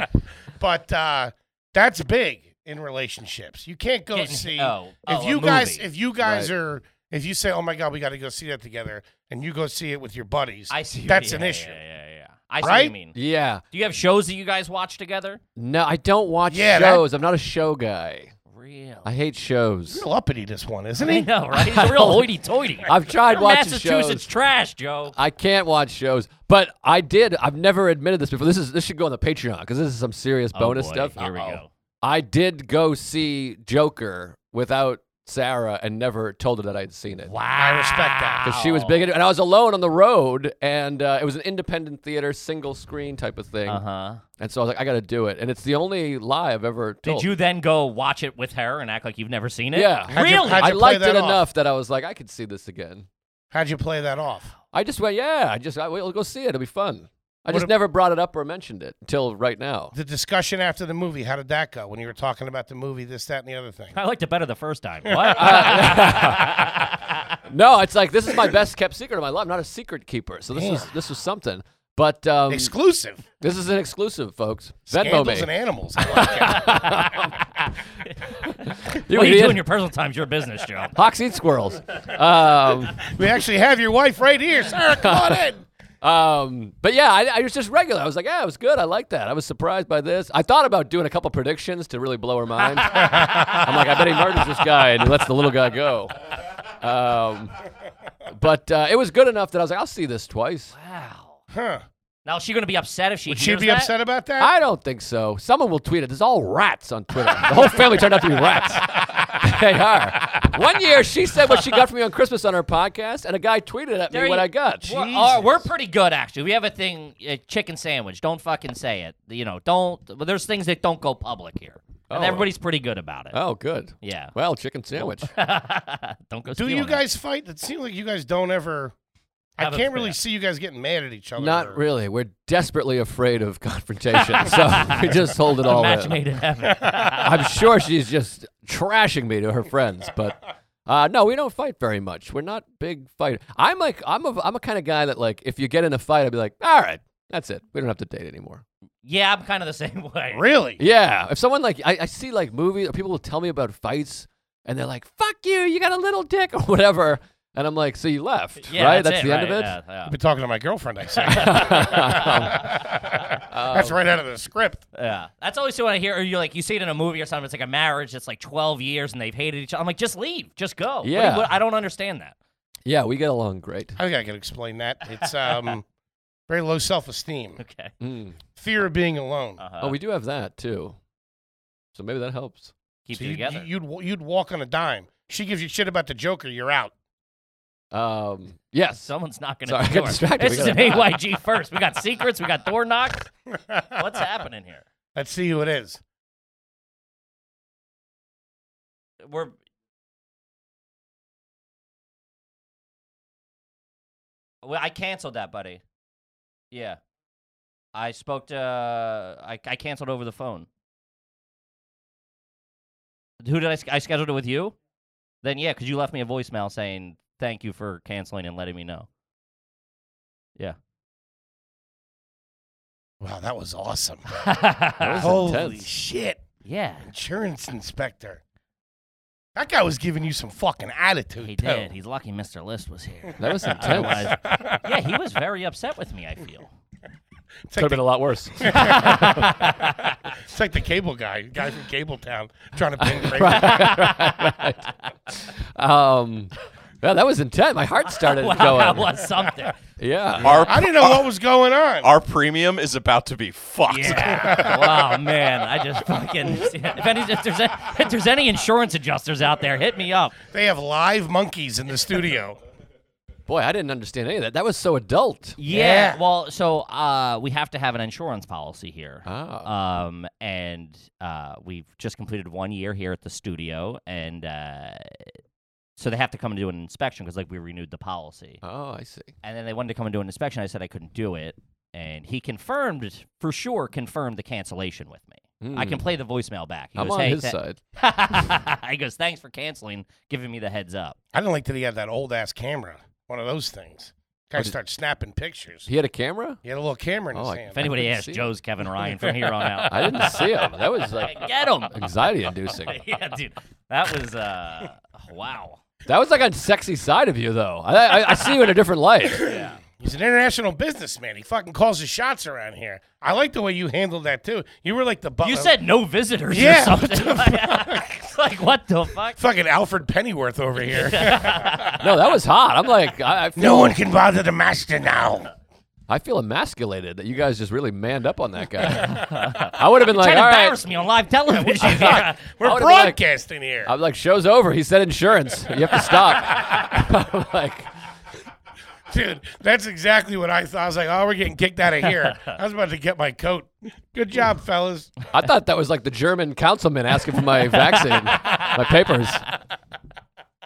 S1: But uh, that's big in relationships. You can't go
S2: Getting-
S1: see
S2: oh,
S1: if
S2: oh, a
S1: you guys
S2: movie.
S1: if you guys are if you say, "Oh my god, we got to go see that together," and you go see it with your buddies.
S2: I see.
S1: That's
S2: yeah,
S1: an
S2: yeah,
S1: issue.
S2: Yeah, yeah, yeah. I see what you
S1: Right?
S2: mean.
S5: Yeah.
S2: Do you have shows that you guys watch together?
S5: No, I don't watch
S1: Yeah, that-
S5: shows. I'm not a show guy.
S2: Real.
S5: I hate shows.
S1: Real uppity this one, isn't
S2: I
S1: he?
S2: know, right? He's a real hoity-toity.
S5: I've tried
S2: Your
S5: watching
S2: Massachusetts
S5: shows.
S2: trash, Joe.
S5: I can't watch shows, but I did. I've never admitted this before. This is this should go on the
S1: Oh,
S2: Oh,
S5: Patreon because this is some serious bonus
S2: boy,
S5: stuff.
S2: here we
S5: Uh-oh.
S2: go.
S5: I did go see Joker without Sarah and never told her that I'd seen it.
S2: Wow.
S1: I respect that.
S5: Because she was big into and I was alone on the road, and uh, it was an independent theater, single screen type of thing.
S2: Uh
S1: Uh-huh.
S2: huh.
S5: And so I was like, I got to do it. And it's the only lie I've ever told.
S2: Did you then go watch it with her and act like you've never seen it?
S5: Yeah.
S1: How'd you-
S2: Really?
S1: how'd
S5: I
S1: play
S5: liked
S1: that
S5: it
S1: off?
S5: enough that I was like, I could see this again.
S1: How'd you play that off?
S5: I just went, yeah, I just, I, we'll go see it. It'll be fun. I
S1: What
S5: just
S1: ab-
S5: never brought it up or mentioned it until right now.
S1: The discussion after the movie, how did that go when you were talking about the movie, this, that, and the other thing?
S2: I liked it better the first time.
S5: Uh,
S2: What?
S5: No, it's like this is my best kept secret of my life. I'm not a secret keeper, so this was
S1: Damn.
S5: this was something. But um,
S1: Exclusive.
S5: this is an exclusive, folks. Venmo
S1: Scandals
S5: me.
S1: and animals. I like that.
S5: you
S2: what do you do
S5: idiot.
S2: in your personal time's your business, Joe.
S5: Hawks eat squirrels. um,
S1: we actually have your wife right here, Sarah. Come on in.
S5: um, but yeah, I, I was just regular. I was like, yeah, it was good. I like that. I was surprised by this. I thought about doing a couple predictions to really blow her mind. I'm like, I bet he murders this guy and he lets the little guy go. Um, but uh, it was good enough that I was like, I'll see this twice.
S2: Wow.
S1: Huh.
S2: Now is she gonna be upset if she
S1: Would she
S2: hears
S1: be
S2: that?
S1: upset about that?
S5: I don't think so. Someone will tweet it. There's all rats on Twitter. The whole family turned out to be rats. they are. One year, she said what she got from me on Christmas on her podcast, and a guy tweeted at
S2: There
S5: me what
S2: you-
S5: I got.
S2: We're,
S1: Jesus.
S2: uh, we're pretty good actually. We have a thing, a chicken sandwich. Don't fucking say it. You know, don't. But there's things that don't go public here, and
S5: Oh.
S2: everybody's pretty good about it.
S5: Oh, good.
S2: Yeah.
S5: Well, chicken sandwich.
S2: don't go.
S1: Do
S2: stealing
S1: you
S2: it.
S1: guys fight? It seems like you guys don't ever.
S2: Have
S1: I
S2: a
S1: can't really
S2: fit.
S1: see you guys getting mad at each other.
S5: Not
S1: or-
S5: really. We're desperately afraid of confrontation, so we just hold it all
S2: Match
S5: in.
S2: made in heaven.
S5: I'm sure she's just trashing me to her friends, but uh, no, we don't fight very much. We're not big fight. I'm like I'm a I'm a kind of guy that like if you get in a fight, I'd be like, all right, that's it. We don't have to date anymore.
S2: yeah, I'm kind of the same way.
S1: Really?
S5: Yeah. If someone like I, I see like movies or people will tell me about fights and they're like, fuck you, you got a little dick or whatever, and I'm like, so you left,
S2: Yeah,
S5: right?
S2: That's,
S5: the
S2: it,
S5: end
S2: right,
S5: of it.
S2: yeah, yeah.
S1: I've been talking to my girlfriend. I say that's
S5: Um,
S1: right out of the script.
S2: Yeah, that's always what I hear. Or you like you see it in a movie or something. It's like a marriage that's like twelve years and they've hated each other. I'm like, just leave, just go. What do you-
S5: Yeah.
S2: what- I don't understand that.
S5: Yeah, we get along great.
S1: I think I can explain that. It's um, very low self-esteem,
S2: Okay.
S5: Mm.
S1: fear of being alone.
S2: Uh-huh.
S5: Oh, we do have that too. So maybe that helps.
S2: keep
S1: So
S2: you
S1: you'd,
S2: together.
S1: you'd wa- you'd walk on a dime. She gives you shit about the Joker. You're out.
S5: Um, yes.
S2: Someone's knocking
S5: Sorry,
S2: at
S5: I
S2: the
S5: got
S2: door.
S5: distracted.
S2: This
S5: We
S2: is an
S5: gotta-
S2: AYG first. We got secrets. We got door knocks. What's happening here?
S1: Let's see who it is.
S2: We're well, I canceled that, buddy. Yeah, I spoke to. I I canceled over the phone. Who did I? sch- I scheduled it with you. Then yeah, because you left me a voicemail saying thank you for canceling and letting me know.
S1: Wow, that was awesome.
S5: was
S1: Holy
S5: intense.
S1: shit,
S2: yeah,
S1: insurance inspector. That guy was giving you some fucking attitude.
S2: he
S1: too.
S2: did. He's lucky Mr. List was here.
S5: That was intense.
S2: Otherwise, yeah, he was very upset with me. I feel.
S1: It's like, the,
S5: a lot worse.
S1: it's like the cable guy, the guy from Cable Town, trying to pin cable.
S5: um, yeah, that was intense. My heart started
S2: Wow, that
S5: going.
S2: was something.
S5: Yeah.
S4: Our
S1: I didn't know what was going on.
S4: our premium is about to be fucked.
S2: Yeah. wow, man. I just fucking. If, any, if, there's, a- if there's any insurance adjusters out there, hit me up.
S1: They have live monkeys in the studio.
S5: Boy, I didn't understand any of that. That was so adult.
S1: Yeah.
S2: Well, so uh, we have to have an insurance policy here.
S5: Oh.
S2: Um, and uh, we've just completed one year here at the studio, and uh, so they have to come and do an inspection because like we renewed the policy.
S5: Oh, I see.
S2: and then they wanted to come and do an inspection. I said I couldn't do it, and he confirmed for sure confirmed the cancellation with me. I can play the voicemail back. He
S5: Hmm. I'm
S2: goes,
S5: on
S2: "Hey,
S5: his
S2: tha-
S5: side.
S2: he goes, "Thanks for canceling, giving me the heads up."
S1: I didn't like that he had that old ass camera, one of those things. Guy starts snapping pictures.
S5: He had a camera?
S1: He had a little camera in
S5: Oh,
S1: his
S5: I-
S2: If
S1: hand.
S2: anybody
S5: couldn't
S2: asks,
S5: see it.
S2: Joe's Kevin Ryan from here on out.
S5: I didn't see him. That was like
S2: Get him.
S5: anxiety inducing.
S2: yeah, dude, that was uh, wow.
S5: That was like a sexy side of you, though. I, I, I see you in a different light.
S1: He's an international businessman. He fucking calls his shots around here. I like the way you handled that too. You were like the butler.
S2: You said no visitors
S1: Yeah,
S2: or
S1: what
S2: something. It's like what the fuck?
S1: fucking Alfred Pennyworth over here.
S5: No, that was hot. I'm like, I, I feel
S1: no one can bother the master now.
S5: I feel emasculated that you guys just really manned up on that guy. I would have been like,
S2: Trying
S5: all
S2: to
S5: right.
S2: embarrass me on live television. here.
S1: We're
S5: would've been like-
S1: broadcasting here.
S5: I'm like, show's over. He said insurance. You have to stop. I'm like,
S1: Dude, that's exactly what I thought. I was like, oh, we're getting kicked out of here. I was about to get my coat. Good job, fellas.
S5: I thought that was like the German councilman asking for my vaccine, my papers.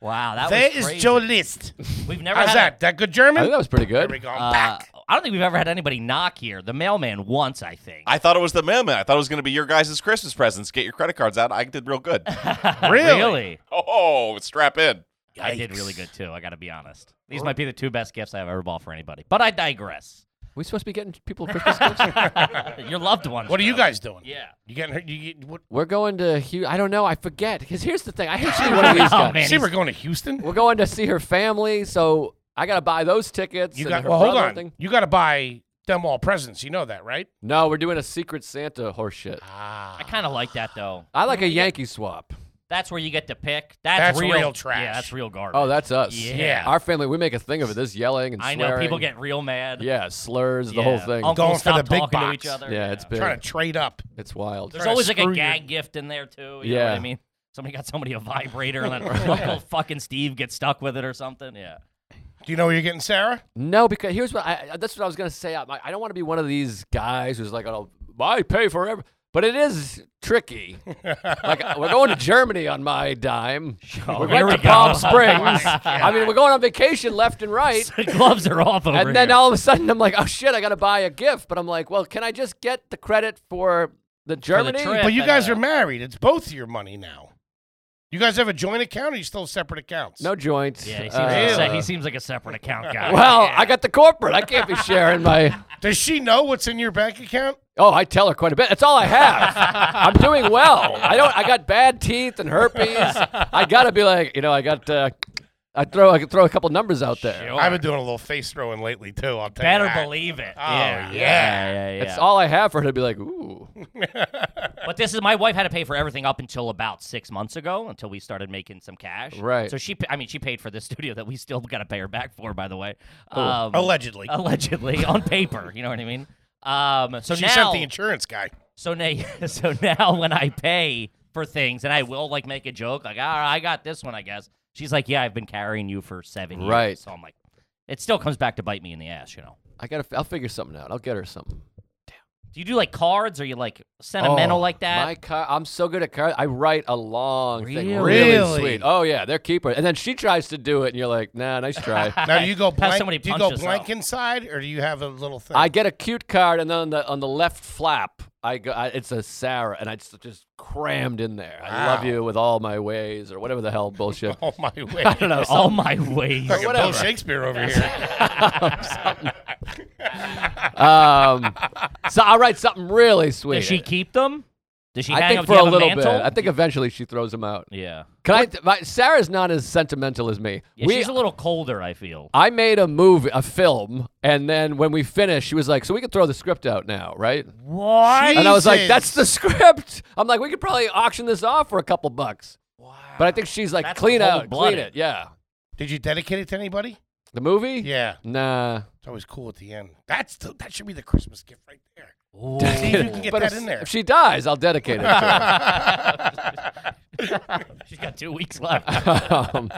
S2: Wow, that
S1: There
S2: was
S1: is
S2: crazy.
S1: Joe List.
S2: We've never
S1: How's
S2: had
S1: that? That good German?
S5: I think that was pretty
S1: Here we
S5: good.
S1: go.
S2: A,
S1: I'm
S2: uh,
S1: back.
S2: I don't think we've ever had anybody knock here. The mailman once, I think.
S4: I thought it was the mailman. I thought it was going to be your guys' Christmas presents. Get your credit cards out. I did real good.
S1: Really?
S4: oh, strap in.
S2: I did really good too. I got to be honest. These might be the two best gifts I've ever bought for anybody. But I digress.
S5: We supposed to be getting people Christmas gifts.
S2: Your loved ones.
S1: What are you
S2: though.
S1: guys doing?
S2: Yeah.
S1: You getting hurt? You get, what,
S5: We're going to. Hu- I don't know. I forget. Because here's the thing. I hate seeing one of these
S2: Oh,
S5: guys.
S2: man.
S1: see, we're going to Houston.
S5: We're going to see her family, so I gotta buy those tickets.
S1: You
S5: and
S1: got
S5: her
S1: well. Hold
S5: brother
S1: on.
S5: thing.
S1: You got to buy them all presents. You know that, right?
S5: No, we're doing a Secret Santa horseshit.
S1: Ah,
S2: I kind of like that though.
S5: I like a Yankee swap.
S2: That's where you get to pick. That's,
S1: That's
S2: real,
S1: real trash.
S2: Yeah, that's real garbage.
S5: Oh, that's us.
S2: Yeah.
S1: Yeah.
S5: Our family, we make a thing of it. This yelling and
S2: I
S5: swearing.
S2: know people get real mad.
S5: yeah slurs, the whole
S2: Yeah.
S5: thing.
S2: Uncles
S1: Going for
S2: stop
S1: the big
S2: talking to
S1: box.
S2: each other.
S5: yeah, it's big.
S1: trying to trade up.
S5: It's wild.
S2: There's
S1: Trying to
S2: always like
S1: screw
S2: a
S1: you.
S2: gag gift in there too. You know what
S5: Yeah.
S2: I mean? Somebody got somebody a vibrator and then Uncle fucking Steve gets stuck with it or something. Yeah.
S1: Do you know where you're getting Sarah?
S5: No, because here's what I. I- That's what I was gonna say. I, I don't want to be one of these guys who's like, "Oh, I pay for every." But it is tricky. like we're going to Germany on my dime. we're
S2: Oh, here
S5: going to
S2: we go.
S5: Palm Springs. I mean, we're going on vacation left and right.
S2: The gloves are off over
S5: and then
S2: here.
S5: all of a sudden I'm like, oh shit, I gotta buy a gift. But I'm like, well, can I just get the credit for the Germany?
S2: trip.
S1: But you
S2: I
S1: guys
S2: know.
S1: are married. It's both your money now. You guys have a joint account, or you still have separate accounts?
S5: no joints.
S2: Yeah, he seems, like a
S5: Uh,
S2: se- he seems like a separate account guy.
S5: well, I got the corporate. I can't be sharing my.
S1: Does she know what's in your bank account?
S5: Oh, I tell her quite a bit. That's all I have. I'm doing well. I don't. I got bad teeth and herpes. I gotta be like, you know, I got. Uh, I throw. I could throw a couple numbers out there.
S2: Sure.
S1: I've been doing a little face throwing lately too. I'll tell
S2: Better
S1: you that.
S2: believe it.
S1: Oh,
S2: yeah,
S1: yeah.
S2: yeah, yeah.
S5: That's all I have for her to be like, ooh.
S2: But this is my wife had to pay for everything up until about six months ago, until we started making some cash.
S5: Right.
S2: So she, pa- I mean, she paid for this studio that we still got to pay her back for, by the way. Um,
S1: Allegedly,
S2: allegedly on paper. You know what I mean? Um, so
S1: she
S2: now,
S1: sent the insurance guy.
S2: so now, so now when I pay for things, and I will like make a joke, like, ah, I got this one, I guess. She's like, yeah, I've been carrying you for seven years.
S5: Right.
S2: So I'm like, it still comes back to bite me in the ass, you know.
S5: I gotta. I'll figure something out. I'll get her something.
S2: Do you do like cards? Are you like sentimental
S5: Oh,
S2: like that?
S5: My car, I'm so good at cards. I write a long thing,
S2: Really?
S5: really,
S1: Really?
S5: sweet. Oh yeah, they're keeper. And then she tries to do it, and you're like, nah, nice try.
S1: Now, do you go
S2: Have somebody
S1: blank? Do you
S2: punch
S1: go
S2: us
S1: blank
S2: up.
S1: inside, or do you have a little thing?
S5: I get a cute card, and then on the on the left flap, I go. I, it's a Sarah, and I just, just crammed in there. I love
S1: Wow.
S5: you with all my ways, or whatever the hell bullshit.
S1: oh my way!
S2: I don't know. All my ways.
S1: Fucking Bill
S5: whatever.
S1: Shakespeare over here.
S5: um, so I write something really sweet.
S2: Does she keep them? Does she
S5: I
S2: hang them?
S5: think for
S2: Do you
S5: a
S2: have
S5: little
S2: mantle?
S5: bit. I think eventually she throws them out.
S2: Yeah.
S5: Can I? My, Sarah's not as sentimental as me.
S2: yeah
S5: we
S2: she's a little colder. I feel.
S5: I made a movie, a film, and then when we finished, she was like, "So we could throw the script out now, right?"
S2: What?
S5: And I was like,
S1: Jesus.
S5: "That's the script." I'm like, "We could probably auction this off for a couple bucks." Wow. But I think she's like,
S2: That's
S5: "Clean out, clean
S2: cold-blooded.
S5: it." Yeah.
S1: Did you dedicate it to anybody?
S5: The movie?
S1: Yeah,
S5: Nah.
S1: it's always cool at the end. That's the, that should be the Christmas gift right there.
S2: Ooh.
S1: See if you can get
S5: but
S1: that
S5: if,
S1: in there.
S5: if she dies, I'll dedicate it. to
S2: she's got two weeks left.
S5: her. um,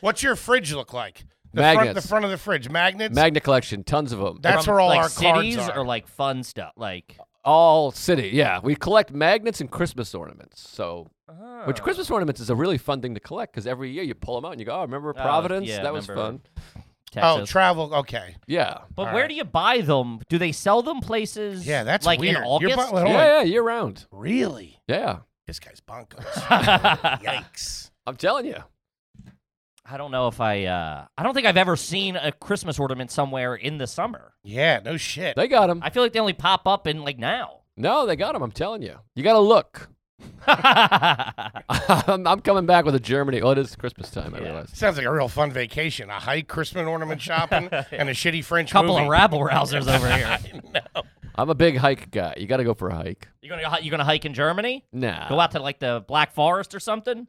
S1: What's your fridge look like? The Front, the
S5: Magnets.
S1: front of the fridge, magnets.
S5: Magna collection, tons of them.
S1: That's
S2: From,
S1: where all
S2: like
S1: our
S2: cities
S1: cards are.
S2: or like fun stuff. Like
S5: All city, yeah. We collect magnets and Christmas ornaments. So,
S1: Oh.
S5: which Christmas ornaments is a really fun thing to collect because every year you pull them out and you go, "Oh, remember Providence?
S2: yeah,
S5: that was
S2: remember.
S5: fun."
S1: oh,
S2: Texas.
S1: travel. Okay.
S5: Yeah.
S2: but where do you buy them? Do they sell them places?
S1: Yeah, that's
S2: like
S1: weird.
S2: in
S1: You're
S2: August.
S1: bu- hold on.
S5: Yeah, yeah, year round.
S1: Really?
S5: Yeah.
S1: This guy's bonkers. Yikes.
S5: I'm telling you.
S2: I don't know if I. Uh, I don't think I've ever seen a Christmas ornament somewhere in the summer.
S1: Yeah, no shit.
S5: They got him.
S2: I feel like they only pop up in like now.
S5: No, they got him. I'm telling you. You got to look. I'm, I'm coming back with a Germany. Oh, it is Christmas time, I realize.
S1: Sounds like a real fun vacation. A hike, Christmas ornament shopping, and a shitty French
S2: couple
S1: movie.
S2: of rabble rousers over here.
S5: I'm a big hike guy. You got to go for a hike.
S2: You gonna hi- you gonna hike in Germany?
S5: Nah.
S1: Uh,
S2: Go out to like the Black Forest or something?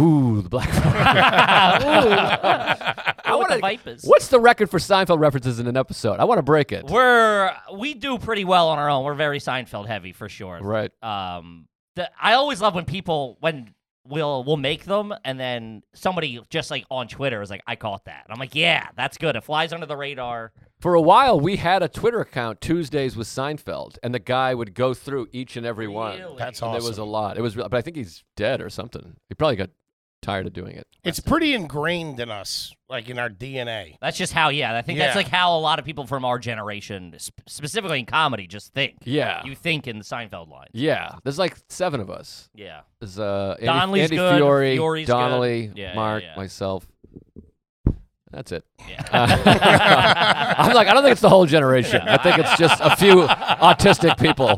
S5: Ooh, the Black Forest.
S2: Ooh. it with the
S5: wanna-
S2: Vipers.
S5: What's the record for Seinfeld references in an episode? I want to break it.
S2: We're we do pretty well on our own. We're very Seinfeld heavy for sure.
S5: Right.
S2: Um. The, I always love when people when we'll we'll make them and then somebody just like on Twitter is like, I caught that. And I'm like, yeah, that's good. It flies under the radar.
S5: For a while, we had a Twitter account, Tuesdays with Seinfeld, and the guy would go through each and every one.
S2: Really?
S1: That's
S5: And
S1: awesome.
S5: There was a lot. It was, re- but I think he's dead or something. He probably got tired of doing it.
S1: it's pretty ingrained in us, like in our DNA.
S2: That's just how. Yeah, I think that's
S1: Yeah.
S2: like how a lot of people from our generation, sp- specifically in comedy, just think.
S5: Yeah.
S2: You think in the Seinfeld lines.
S5: Yeah, there's like seven of us.
S2: Yeah.
S5: There's uh, Andy,
S2: Donnelly's
S5: Andy
S2: good,
S5: Fiore,
S2: Fiore's good.
S5: Donnelly,
S2: Yeah, yeah,
S5: Mark,
S2: yeah.
S5: myself. That's it.
S2: Yeah.
S5: Uh, I'm like, I don't think it's the whole generation. I think it's just a few autistic people.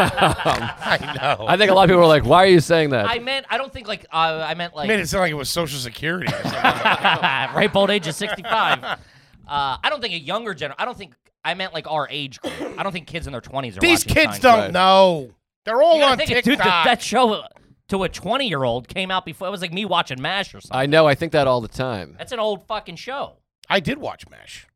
S1: I know.
S5: I think a lot of people are like, why are you saying that?
S2: I meant. I don't think like. Uh, I meant like.
S1: I made it sound like it was Social Security. or something.
S2: ripe old age of 65. Uh, I don't think a younger generation. I don't think I meant like our age group. I don't think kids in their 20s are
S1: These
S2: watching
S1: kids
S2: Seinfeld.
S1: don't
S5: Right.
S1: know. They're all
S2: You gotta
S1: on
S2: think
S1: TikTok.
S2: it, dude, that, that show to a 20 year old came out before. It was like me watching MASH or something.
S5: I know. I think that all the time.
S2: That's an old fucking show.
S1: I did watch MASH.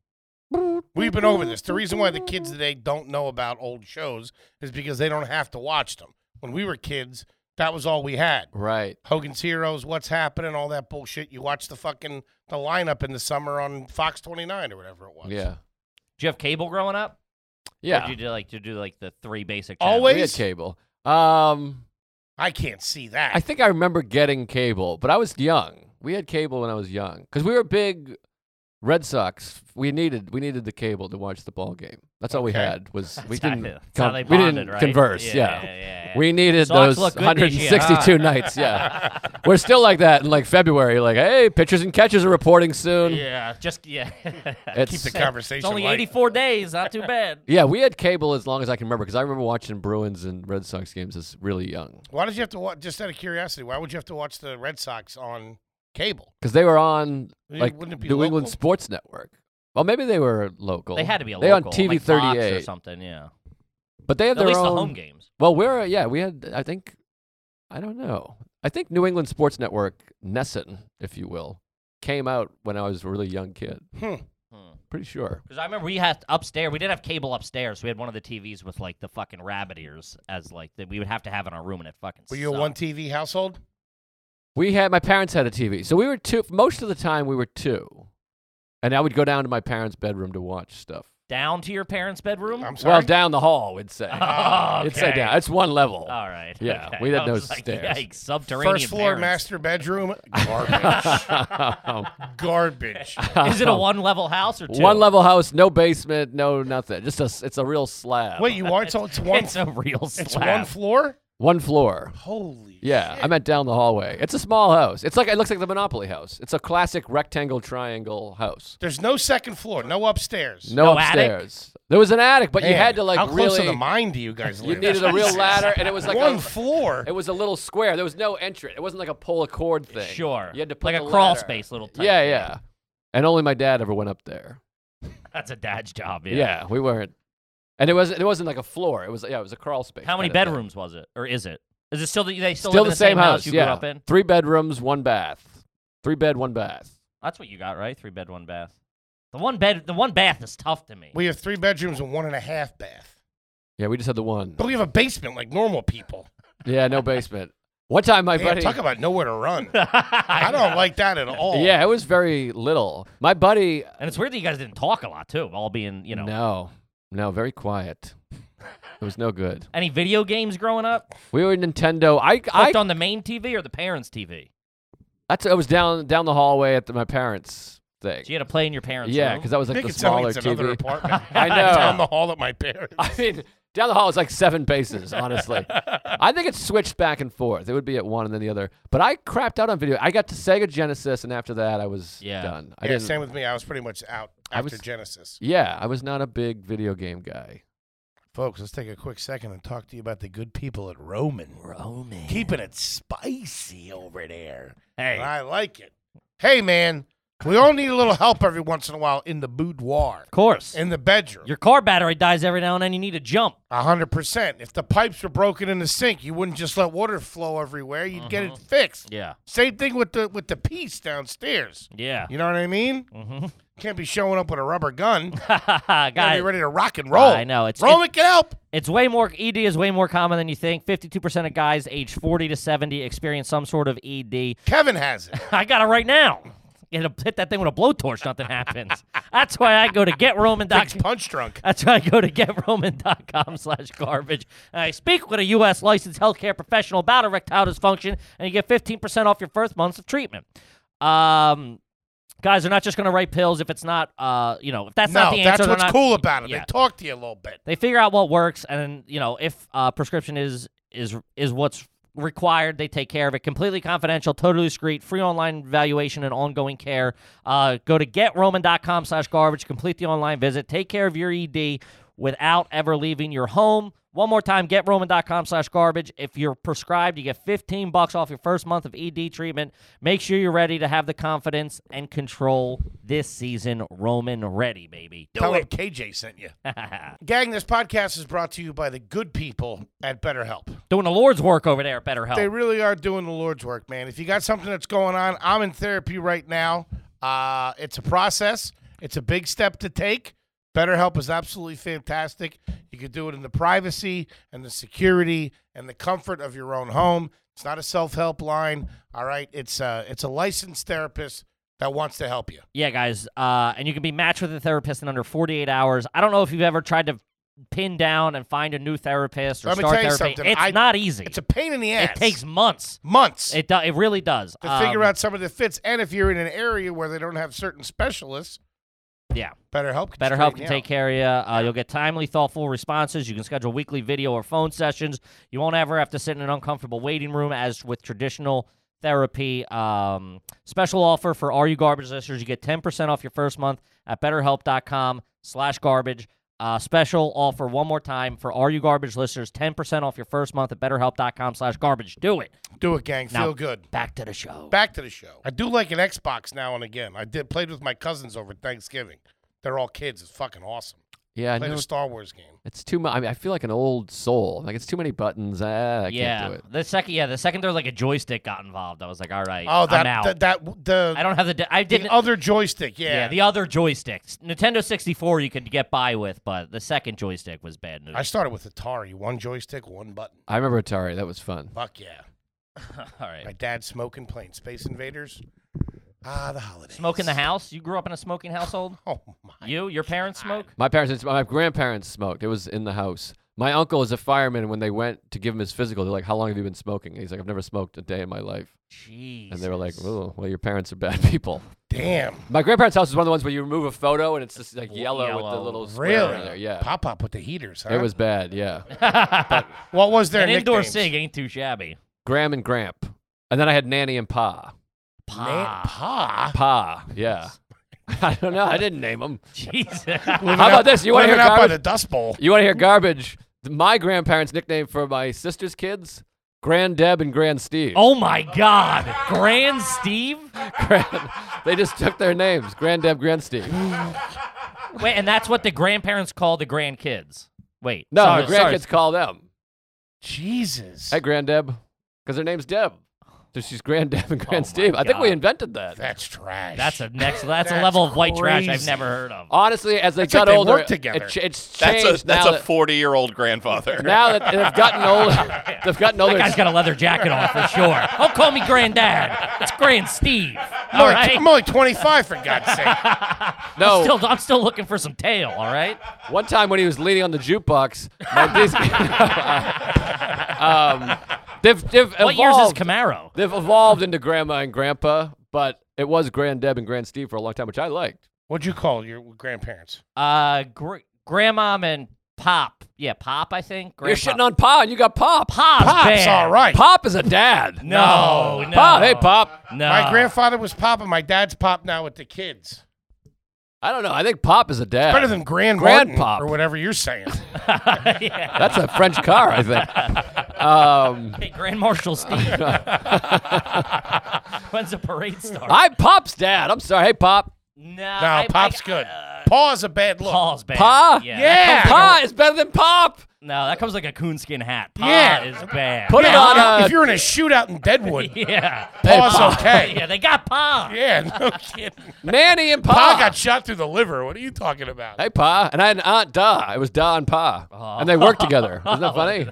S1: We've been over this. The reason why the kids today don't know about old shows is because they don't have to watch them. When we were kids, that was all we had.
S5: Right.
S1: Hogan's Heroes, What's Happening, all that bullshit. You watch the fucking the lineup in the summer on Fox 29 or whatever it was.
S5: Yeah.
S2: Did you have cable growing up? Or
S5: Yeah.
S2: did you do like to do like the three basic? channels?
S1: Always.
S5: We had cable. Um,
S1: I can't see that.
S5: I think I remember getting cable, but I was young. We had cable when I was young because we were big Red Sox. We needed we needed the cable to watch the ball game. That's all we
S1: Okay.
S5: had was we
S2: That's how-
S5: didn't
S2: that's how they
S5: we didn't
S2: bonded, right?
S5: converse.
S2: Yeah, yeah,
S5: Yeah,
S2: yeah, yeah.
S5: we needed
S2: Sox
S5: those
S2: look good this year,
S5: 162 nights. Yeah, we're still like that in like February. Like, hey, pitchers and catches are reporting soon.
S2: Yeah, just yeah.
S5: It's-
S1: Keep the
S2: it's
S1: conversation
S2: only
S1: light.
S2: 84 days. Not too bad.
S5: Yeah, we had cable as long as I can remember because I remember watching Bruins and Red Sox games as really young
S1: Why did you have to watch? Just out of curiosity, why would you have to watch the Red Sox on cable?
S5: because they were on
S1: Yeah,
S5: like New
S1: wouldn't it be
S5: England
S1: local?
S5: Sports Network. Well, maybe they were local.
S2: They had to be a
S5: they
S2: local,
S5: on TV
S2: like Fox
S5: 38
S2: or something. Yeah,
S5: But they have
S2: at
S5: their
S2: least
S5: own.
S2: the home games.
S5: Well, we're yeah, we had I think I don't know. I think New England Sports Network, Nesson, if you will, came out when I was a really young kid.
S1: Hmm.
S2: Hmm.
S5: Pretty sure.
S2: Because I remember we had upstairs, we did have cable upstairs. We had one of the TVs with like the fucking rabbit ears as like that we would have to have in our room, and it fucking.
S1: Were you a
S2: sucked.
S1: one TV household?
S5: We had my parents had a TV, so we were two. Most of the time, we were two, and I would go down to my parents' bedroom to watch stuff.
S2: down to your parents' bedroom?
S1: I'm
S5: Well,
S1: sorry.
S5: down the hall, we'd say.
S2: Oh,
S5: It's like
S2: okay.
S5: down. It's one level.
S2: All right.
S5: Yeah,
S2: okay.
S5: we had
S2: I
S5: no
S2: was like,
S5: stairs.
S2: Yikes, subterranean.
S1: First floor
S2: parents.
S1: master bedroom. Garbage. Garbage.
S2: Is it a one-level house or two?
S5: one level house, no basement, no nothing. Just a. s- It's a real slab.
S1: Wait, you are so it's one.
S2: It's a real slab.
S1: It's one floor.
S5: One floor.
S1: Holy.
S5: Yeah, I meant down the hallway. It's a small house. It's like it looks like the Monopoly house. It's a classic rectangle triangle house.
S1: There's no second floor. No upstairs.
S5: No,
S2: No attic?
S5: upstairs. There was an attic, but you
S1: Man,
S5: had to like
S1: How
S5: really.
S1: close to the mine do you guys
S5: you
S1: live?
S5: needed a real ladder, and it was like
S1: one
S5: a,
S1: floor.
S5: It was a little square. There was no entrance. It wasn't like a pull a cord thing.
S2: Sure.
S5: You had to put
S2: like a
S5: the
S2: crawl
S5: ladder.
S2: space little. Type
S5: Yeah,
S2: thing.
S5: yeah. And only my dad ever went up there.
S2: That's a dad's job.
S5: Yeah,
S2: Yeah.
S5: we weren't. And it wasn't. It wasn't like a floor. It was. Yeah, it was a crawl space.
S2: How many
S5: kinda thing.
S2: bedrooms was it, or is it? Is it still the, they still,
S5: Still
S2: live in
S5: the same house.
S2: you
S5: yeah.
S2: grew up in?
S5: Three bedrooms, one bath. Three bed, one bath.
S2: That's what you got, right? Three bed, one bath. The one bed, the one bath is tough to me.
S1: we have three bedrooms and one and a half bath.
S5: Yeah, we just had the one.
S1: But we have a basement like normal people.
S5: Yeah, no basement. One time, my
S1: Man,
S5: buddy.
S1: talk about nowhere to run.
S2: I
S1: I don't
S2: know.
S1: like that at all.
S5: Yeah, it was very little. My buddy.
S2: And it's weird that you guys didn't talk a lot too, all being you know.
S5: No, no, very quiet. It was no good.
S2: Any video games growing up?
S5: We were Nintendo. I, I
S2: Hooked on the main TV or the parents' TV?
S5: That's I was down down the hallway at the, my parents' thing.
S2: So you had to play in your parents'
S5: Yeah,
S2: room?
S5: because that was like
S1: Make
S5: the
S1: it sound like
S5: smaller
S1: it's another
S5: TV.
S1: apartment.
S5: I
S1: Down
S5: know.
S1: the hall at my parents.
S5: I mean, down the hall is like seven bases. Honestly, I think it switched back and forth. It would be at one and then the other. But I crapped out on video. I got to Sega Genesis, and after that, I was
S2: Yeah.
S5: done. I
S1: Yeah,
S5: didn't-
S1: same with me. I was pretty much out
S5: I
S1: after
S5: was-
S1: Genesis.
S5: yeah, I was not a big video game guy.
S1: Folks, let's take a quick second and talk to you about the good people at Roman. Roman. Keeping it spicy over there.
S2: Hey.
S1: And I like it. Hey, man, We all need a little help every once in a while in the boudoir,
S2: Of course.
S1: in the bedroom.
S2: Your car battery dies every now and then. You need a jump.
S1: A hundred percent. If the pipes were broken in the sink, you wouldn't just let water flow everywhere. You'd get it fixed.
S2: Mm-hmm. Yeah.
S1: Same thing with the with the piece downstairs.
S2: Yeah.
S1: You know what I mean? Mm-hmm. Can't be showing up with a rubber gun. Gotta be
S2: Guys,
S1: ready to rock and roll.
S2: I know, it's-
S1: Roman can help.
S2: it's way more ED is way more common than you think. 52% of guys aged 40 to 70 experience some sort of ED.
S1: Kevin has it.
S2: I got it right now. Hit, a, hit that thing with a blowtorch, nothing happens. That's why I go to
S1: Thinks
S2: getroman.com.
S1: punch drunk.
S2: That's why I go to getroman.com slash garbage. And I speak with a U.S. licensed healthcare professional about erectile dysfunction, and you get 15% off your first months of treatment. Um, guys, they're not just going to write pills if it's not, uh, you know, if that's
S1: No,
S2: not the answer.
S1: that's
S2: they're
S1: what's
S2: not-
S1: cool about it.
S2: Yeah.
S1: They talk to you a little bit.
S2: They figure out what works, and then, you know, if uh, prescription is is is what's required, they take care of it. Completely confidential, totally discreet, free online valuation and ongoing care. Uh, go to getroman.com slash garbage, complete the online visit, take care of your ED without ever leaving your home. One more time, getroman.com slash garbage. If you're prescribed, you get 15 bucks off your first month of ED treatment. Make sure you're ready to have the confidence and control this season. Roman ready, baby. Do
S1: Tell
S2: it.
S1: them KJ sent you. Gang, this podcast is brought to you by the good people at BetterHelp.
S2: Doing the Lord's work over there at BetterHelp.
S1: They really are doing the Lord's work, man. If you got something that's going on, I'm in therapy right now. Uh, it's a process. It's a big step to take. BetterHelp is absolutely fantastic. You can do it in the privacy and the security and the comfort of your own home. It's not a self-help line. All right, it's a, it's a licensed therapist that wants to help you.
S2: Yeah, guys. Uh, and you can be matched with a therapist in under 48 hours. I don't know if you've ever tried to pin down and find a new therapist or
S1: Let me
S2: start
S1: tell you
S2: therapy.
S1: something.
S2: It's
S1: I-
S2: not easy.
S1: It's a pain in the ass.
S2: it takes months.
S1: months
S2: It do- it really does.
S1: to figure
S2: Um,
S1: out somebody that fits. And if you're in an area where they don't have certain specialists,
S2: Yeah.
S1: BetterHelp can
S2: BetterHelp
S1: straighten
S2: can
S1: you
S2: take
S1: out.
S2: care of you. Uh, You'll get timely, thoughtful responses. You can schedule weekly video or phone sessions. You won't ever have to sit in an uncomfortable waiting room as with traditional therapy. Um, special offer for all you garbage listeners. You get 10% off your first month at betterhelp.com slash garbage. Uh, special offer one more time for all you garbage listeners. 10% off your first month at betterhelp.com slash garbage. Do it.
S1: Do it, gang.
S2: Now-
S1: Feel good.
S2: Back to the show.
S1: Back to the show. I do like an Xbox now and again. I did played with my cousins over Thanksgiving. They're all kids. It's fucking awesome.
S5: Yeah, I
S1: Played
S5: know.
S1: a Star Wars game.
S5: It's too much. I, mean, I feel like an old soul. Like it's too many buttons. Ah, I
S2: yeah.
S5: can't do it.
S2: The second, yeah, the second there was like a joystick got involved, I was like, all right,
S1: Oh,
S2: I'm
S1: that
S2: out.
S1: that, that the
S2: I don't have the, de- I didn't,
S1: the other joystick. Yeah.
S2: Yeah. the other joysticks. Nintendo 64 you could get by with, but the second joystick was bad news.
S1: I started with Atari. One joystick, one button.
S5: I remember Atari. That was fun.
S1: Fuck yeah.
S2: All
S1: My
S2: right.
S1: dad smoking, playing Space Invaders. Ah, the holidays.
S2: Smoke in the house? You grew up in a smoking household?
S1: Oh my.
S2: You? Your parents smoke?
S5: My parents, didn't sm- my grandparents smoked. It was in the house. My uncle was a fireman. When they went to give him his physical, they're like, "How long have you been smoking?" And he's like, "I've never smoked a day in my life."
S2: Jeez.
S5: And they were like, "Oh, well, your parents are bad people."
S1: Damn.
S5: My grandparents' house is one of the ones where you remove a photo and it's just like yellow, with
S2: yellow.
S5: the little square in there.
S1: Really?
S5: Yeah,
S1: Pop up with the heaters. Huh?
S5: it was bad. Yeah,
S1: What was their
S2: An indoor
S1: nicknames?
S2: sig ain't too shabby.
S5: Graham and Gramp, and then I had Nanny and Pa.
S1: Man, pa.
S2: Pa.
S5: Pa, yeah. I don't know. I didn't name them.
S2: Jesus.
S1: Living
S5: How about
S1: out-
S5: this? You wanna hear
S1: living out by
S5: garbage?
S1: the Dust Bowl?
S5: You want to hear garbage? My grandparents' nickname for my sister's kids: Grand Deb and Grand Steve.
S2: oh my god. Grand Steve?
S5: Grand, they just took their names: Grand Deb, Grand Steve.
S2: Wait, and that's what the grandparents call the grandkids. Wait.
S5: No,
S2: sorry,
S5: the grandkids
S2: sorry.
S5: call them.
S1: Jesus.
S5: Hey, Grand Deb, because her name's Deb, so she's Grand Deb and Grand
S2: Oh my
S5: Steve. I think we
S2: God.
S5: invented that.
S1: That's trash.
S2: That's a next that's, a
S1: That's
S2: level of white trash I've
S1: crazy.
S2: never heard of.
S5: Honestly, as they
S1: That's like
S5: got
S1: they
S5: older,
S1: work together.
S5: It, ch- it's
S4: That's
S5: changed
S4: a that's
S5: now
S4: a
S5: that,
S4: forty year old grandfather.
S5: now that they've gotten older. They've gotten older.
S2: That guy's got a leather jacket on for sure. Don't call me granddad. It's Grand Steve.
S1: I'm
S2: All
S1: only,
S2: right.
S1: I'm only 25 for God's sake.
S5: no,
S2: Still, I'm still looking for some tail. All right.
S5: One time when he was leaning on the jukebox, my disc- um, they've, they've
S2: What
S5: evolved.
S2: year's this Camaro?
S5: they've evolved into Grandma and Grandpa, but it was Grand Deb and Grand Steve for a long time, which I liked.
S1: What'd you call your grandparents?
S2: Uh, gr- grandmom and pop. Yeah, pop. I think.
S5: You're shitting on Pa, and you got Pop.
S2: Pop's,
S1: Pop's
S2: bad.
S1: all right.
S5: Pop is a dad.
S2: No, no.
S5: Pop, hey Pop.
S2: No.
S1: My grandfather was pop, and my dad's pop now with the kids.
S5: I don't know. I think Pop is a dad.
S1: Better than grand
S5: Grandpop.
S1: Martin or whatever you're saying.
S2: yeah.
S5: That's a French car, I think. Um,
S2: Hey, Grand Marshal Steve. When's the parade start?
S5: I'm Pop's dad. I'm sorry. Hey, Pop.
S2: no,
S1: No,
S2: I- I-
S1: Pop's good.
S2: uh,
S1: Pa's a bad look.
S2: Pa's bad.
S5: Pa?
S2: Yeah.
S1: Yeah.
S2: that comes-
S5: Pa is better than Pop.
S2: no, that comes like a coonskin hat. Pa
S1: Yeah.
S2: is bad.
S5: Put
S1: Yeah,
S5: it on.
S1: if-
S5: Uh,
S1: if you're in a shootout in Deadwood,
S2: yeah.
S1: Pa's
S5: Pa.
S1: okay.
S2: Yeah, they got Pa.
S1: Yeah, no kidding.
S5: Nanny and Pa.
S1: Pa got shot through the liver. What are you talking about?
S5: Hey, Pa. And I had an aunt, Da. It was Da and Pa. And they worked together. Isn't that funny?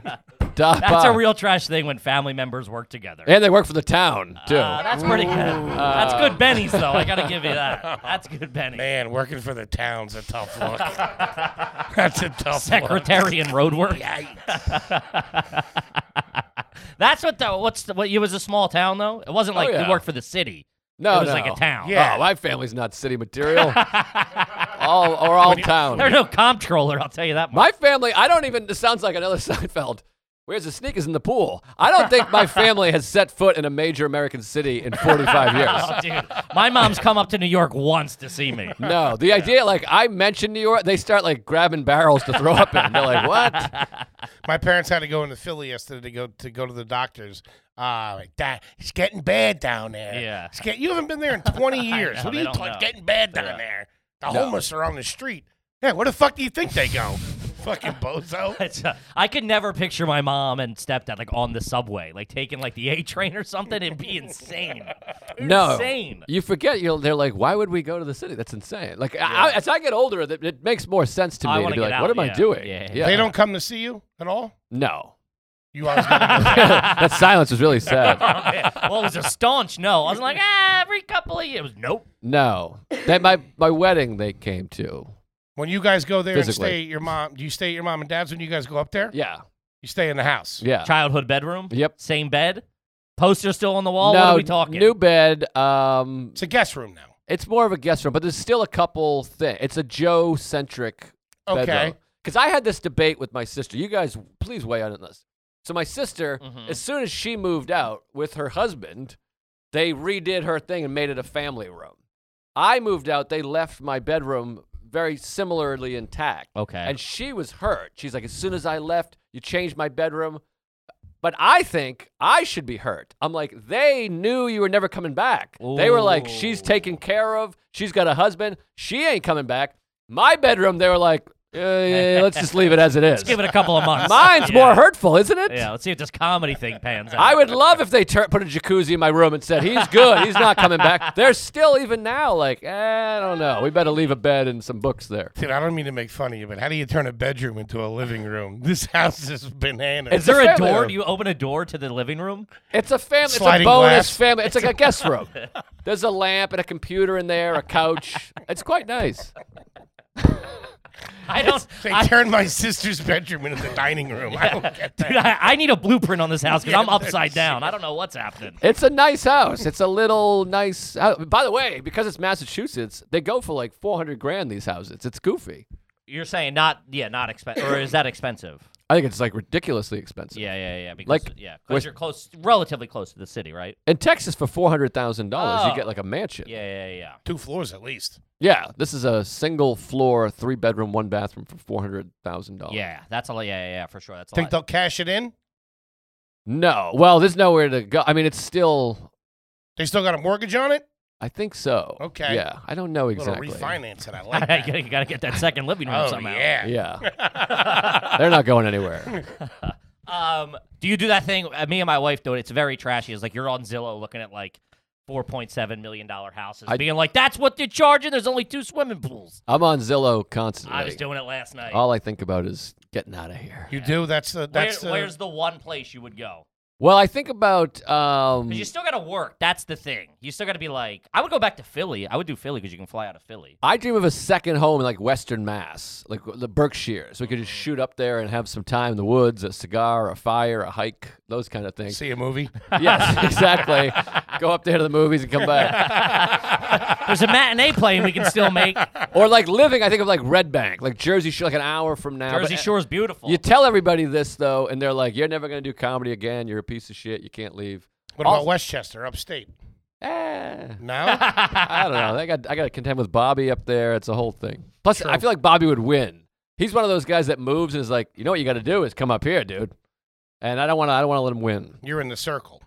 S5: Da,
S2: That's
S5: Pa.
S2: a real trash thing when family members work together.
S5: And they work for the town, too.
S2: Uh, that's pretty good. that's good Benny's though. I gotta give you that. That's good Benny.
S1: Man, working for the town's a tough look. That's a tough look.
S2: Secretary and road work. that's what the what's the, what? It was a small town though. It wasn't like
S5: yeah.
S2: you worked for the city.
S5: no,
S2: it was
S5: no.
S2: like a town.
S1: Yeah.
S5: Oh, my family's not city material. all or all
S2: There's
S5: town.
S2: no comptroller. I'll tell you that much.
S5: My family, I don't even. This sounds like another Seinfeld. Where's the sneakers in the pool? I don't think my family has set foot in a major American city in 45 years.
S2: Oh, dude, my mom's come up to New York once to see me.
S5: No, the idea, like I mentioned New York, they start like grabbing barrels to throw up in. They're like, what?
S1: My parents had to go into Philly yesterday to go to go to the doctors. Ah, like that. It's getting bad down there.
S2: Yeah.
S1: It's get, you haven't been there in 20 years.
S2: know,
S1: what are
S2: they
S1: you
S2: don't
S1: talking?
S2: know.
S1: Getting bad down there. The homeless are on the street. Yeah, where the fuck do you think they go? Fucking bozo.
S2: It's, uh, I could never picture my mom and stepdad like on the subway, like taking like the A train or something. It'd be insane.
S5: No,
S2: Insane.
S5: you forget. You'll. They're like, why would we go to the city? That's insane. Like I, as I get older, it, it makes more sense to
S2: I
S5: me to
S2: wanna
S5: be
S2: get
S5: like,
S2: out,
S5: what am I
S2: yeah.
S5: doing?
S2: Yeah.
S1: They don't come to see you at all?
S5: No.
S1: You always gotta go.
S5: that silence was really sad.
S2: well, it was a staunch no. I was like, ah, every couple of years. It was nope.
S5: No, that my my wedding they came to.
S1: When you guys go there
S5: Physically.
S1: and stay at your mom, do you stay at your mom and dad's when you guys go up there?
S5: Yeah,
S1: You stay in the house.
S5: yeah.
S2: Childhood bedroom.
S5: Yep.
S2: Same bed. Poster still on the wall. what are we talking?
S5: New bed. Um,
S1: It's a guest room now.
S5: it's more of a guest room, but there's still a couple thing. It's a Joe centric.
S1: Okay.
S5: Because I had this debate with my sister. You guys, please weigh in on this. So my sister,
S2: Mhm.
S5: as soon as she moved out with her husband, they redid her thing and made it a family room. I moved out. They left my bedroom very similarly intact.
S2: Okay.
S5: And she was hurt. She's like, as soon as I left, you changed my bedroom. But I think I should be hurt. I'm like, they knew you were never coming back. They were like, she's
S2: Ooh.
S5: taken care of. She's got a husband. She ain't coming back. My bedroom, they were like, uh, yeah, let's just leave it as it is.
S2: Give it a couple of months.
S5: Mine's
S2: Yeah.
S5: more hurtful, isn't it?
S2: Yeah. Let's see if this comedy thing pans out.
S5: I would love if they tur put a jacuzzi in my room and said, he's good. He's not coming back. They're still, even now, like, eh, I don't know. We better leave a bed and some books there.
S1: Dude, I don't mean to make fun of you, but how do you turn a bedroom into a living room? This house is bananas.
S2: Is there
S5: It's a
S2: a
S5: family
S2: door?
S5: room.
S2: Do you open a door to the living room?
S5: It's a family. It's a bonus
S1: Sliding glass.
S5: family. It's like a guest room. There's a lamp and a computer in there, a couch. It's quite nice.
S2: I don't.
S1: they
S2: I,
S1: turned my sister's bedroom into the dining room. I don't get that.
S2: dude, I, I need a blueprint on this house because
S1: Yeah,
S2: I'm upside
S1: that's-
S2: down. I don't know what's happening.
S5: It's a nice house. It's a little nice. hou- By the way, because it's Massachusetts, they go for like 400 grand these houses. It's goofy.
S2: You're saying not? Yeah, not expensive. Or is that expensive?
S5: I think it's like ridiculously expensive.
S2: Yeah, yeah, yeah. Because
S5: Like,
S2: yeah,
S5: with-
S2: because you're close, relatively close to the city, right?
S5: In Texas, for four hundred thousand dollars, you
S2: Oh.
S5: get like a mansion. Yeah.
S2: Yeah, yeah, yeah.
S1: Two floors at least.
S5: this is a single floor, three bedroom, one bathroom for four hundred thousand dollars.
S2: Yeah, that's a lot. Yeah, yeah, yeah, for sure. That's a
S1: Think
S2: lot.
S1: they'll cash it in?
S5: No, well, there's nowhere to go. I mean, it's still.
S1: They still got a mortgage on it?
S5: I think so.
S1: Okay.
S5: Yeah, I don't know
S1: A little
S5: exactly.
S1: refinance it. I like that.
S2: you gotta get that second living room
S1: oh,
S2: somehow.
S1: yeah.
S5: Yeah. They're not going anywhere.
S2: Um, do you do that thing? Uh, me and my wife do it. It's very trashy. It's like you're on Zillow looking at like four point seven million dollar houses,
S5: I-
S2: being like, "That's what they're charging." There's only two swimming pools.
S5: I'm on Zillow constantly.
S2: I was doing it last night.
S5: All uh, I think about is getting out of here.
S1: You do? That's the.
S2: Where,
S1: That's the,
S2: where's the one place you would go?
S5: Well, I think about um,
S2: Because you still gotta work. That's the thing. You still gotta be like, I would go back to Philly. I would do Philly because you can fly out of Philly.
S5: I dream of a second home in like Western Mass, like the Berkshire, so we could just shoot up there and have some time in the woods, a cigar, a fire, a hike, those kind of things.
S1: See a movie?
S5: yes, exactly. Go up there to the movies and come back.
S2: There's a matinee plane we can still make.
S5: or like living, I think of like Red Bank, like Jersey Shore, like an hour from now. but- uh,
S2: Jersey Shore's beautiful.
S5: You tell everybody this though, and they're like, "You're never gonna do comedy again. You're a piece of shit. You can't leave."
S1: What about Westchester, upstate?
S5: Eh.
S1: No?
S5: I don't know. I got I got to contend with Bobby up there. It's a whole thing. Plus, I feel like Bobby would win. He's one of those guys that moves and is like, you know what you got to do is come up here, dude. And I don't want to. I don't want to let him win.
S1: You're in the circle.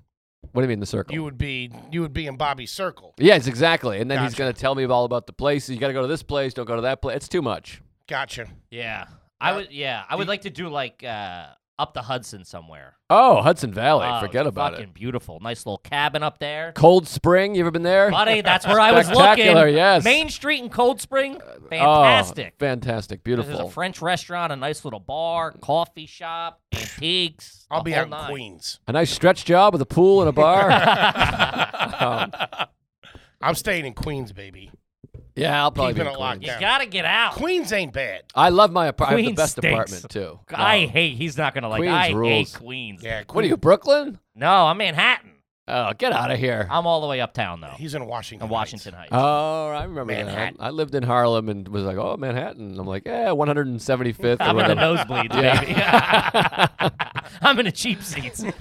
S5: What do you mean the circle?
S1: you would be you would be in Bobby's circle.
S5: yes, exactly. And then he's
S1: Gotcha.
S5: going to tell me all about the places. You got to go to this place. Don't go to that place. It's too much.
S1: Gotcha.
S2: Yeah. I would yeah, I would like to do like uh up the Hudson somewhere.
S5: Oh, Hudson Valley.
S2: Oh,
S5: Forget
S2: it's
S5: about
S2: fucking
S5: it.
S2: beautiful. Nice little cabin up there.
S5: Cold Spring. You ever been there?
S2: Buddy, that's where I was looking.
S5: Spectacular, yes.
S2: Main Street in Cold Spring.
S5: Oh,
S2: Fantastic.
S5: fantastic.
S2: There's a
S5: Beautiful.
S2: French restaurant, a nice little bar, coffee shop, antiques.
S1: I'll
S2: the
S1: be
S2: whole
S1: out in
S2: nine.
S1: Queens.
S5: A nice stretch job with a pool and a bar. Um,
S1: I'm staying in Queens, baby.
S5: yeah, I'll probably
S1: Keeping
S5: be
S1: it locked
S5: clean.
S2: You
S1: down.
S2: gotta get out.
S1: Queens ain't bad.
S5: I love my apartment. I have
S2: Queens
S5: the best
S2: stinks.
S5: apartment too.
S2: I
S5: No.
S2: hate. He's not gonna like.
S5: Queens
S2: I
S5: rules.
S2: hate Queens.
S1: Yeah, Queens.
S5: What are you, Brooklyn?
S2: No, I'm Manhattan.
S5: Oh, get out of here.
S2: I'm all the way uptown though,
S1: He's in Washington.
S2: in Washington
S1: Heights.
S2: Heights.
S5: Oh, I remember
S1: Manhattan.
S5: that. I lived in Harlem and was like, oh, Manhattan. I'm like, yeah, 175th. or
S2: I'm in the
S5: whatever.
S2: nosebleeds, baby. I'm in the cheap seats. uh,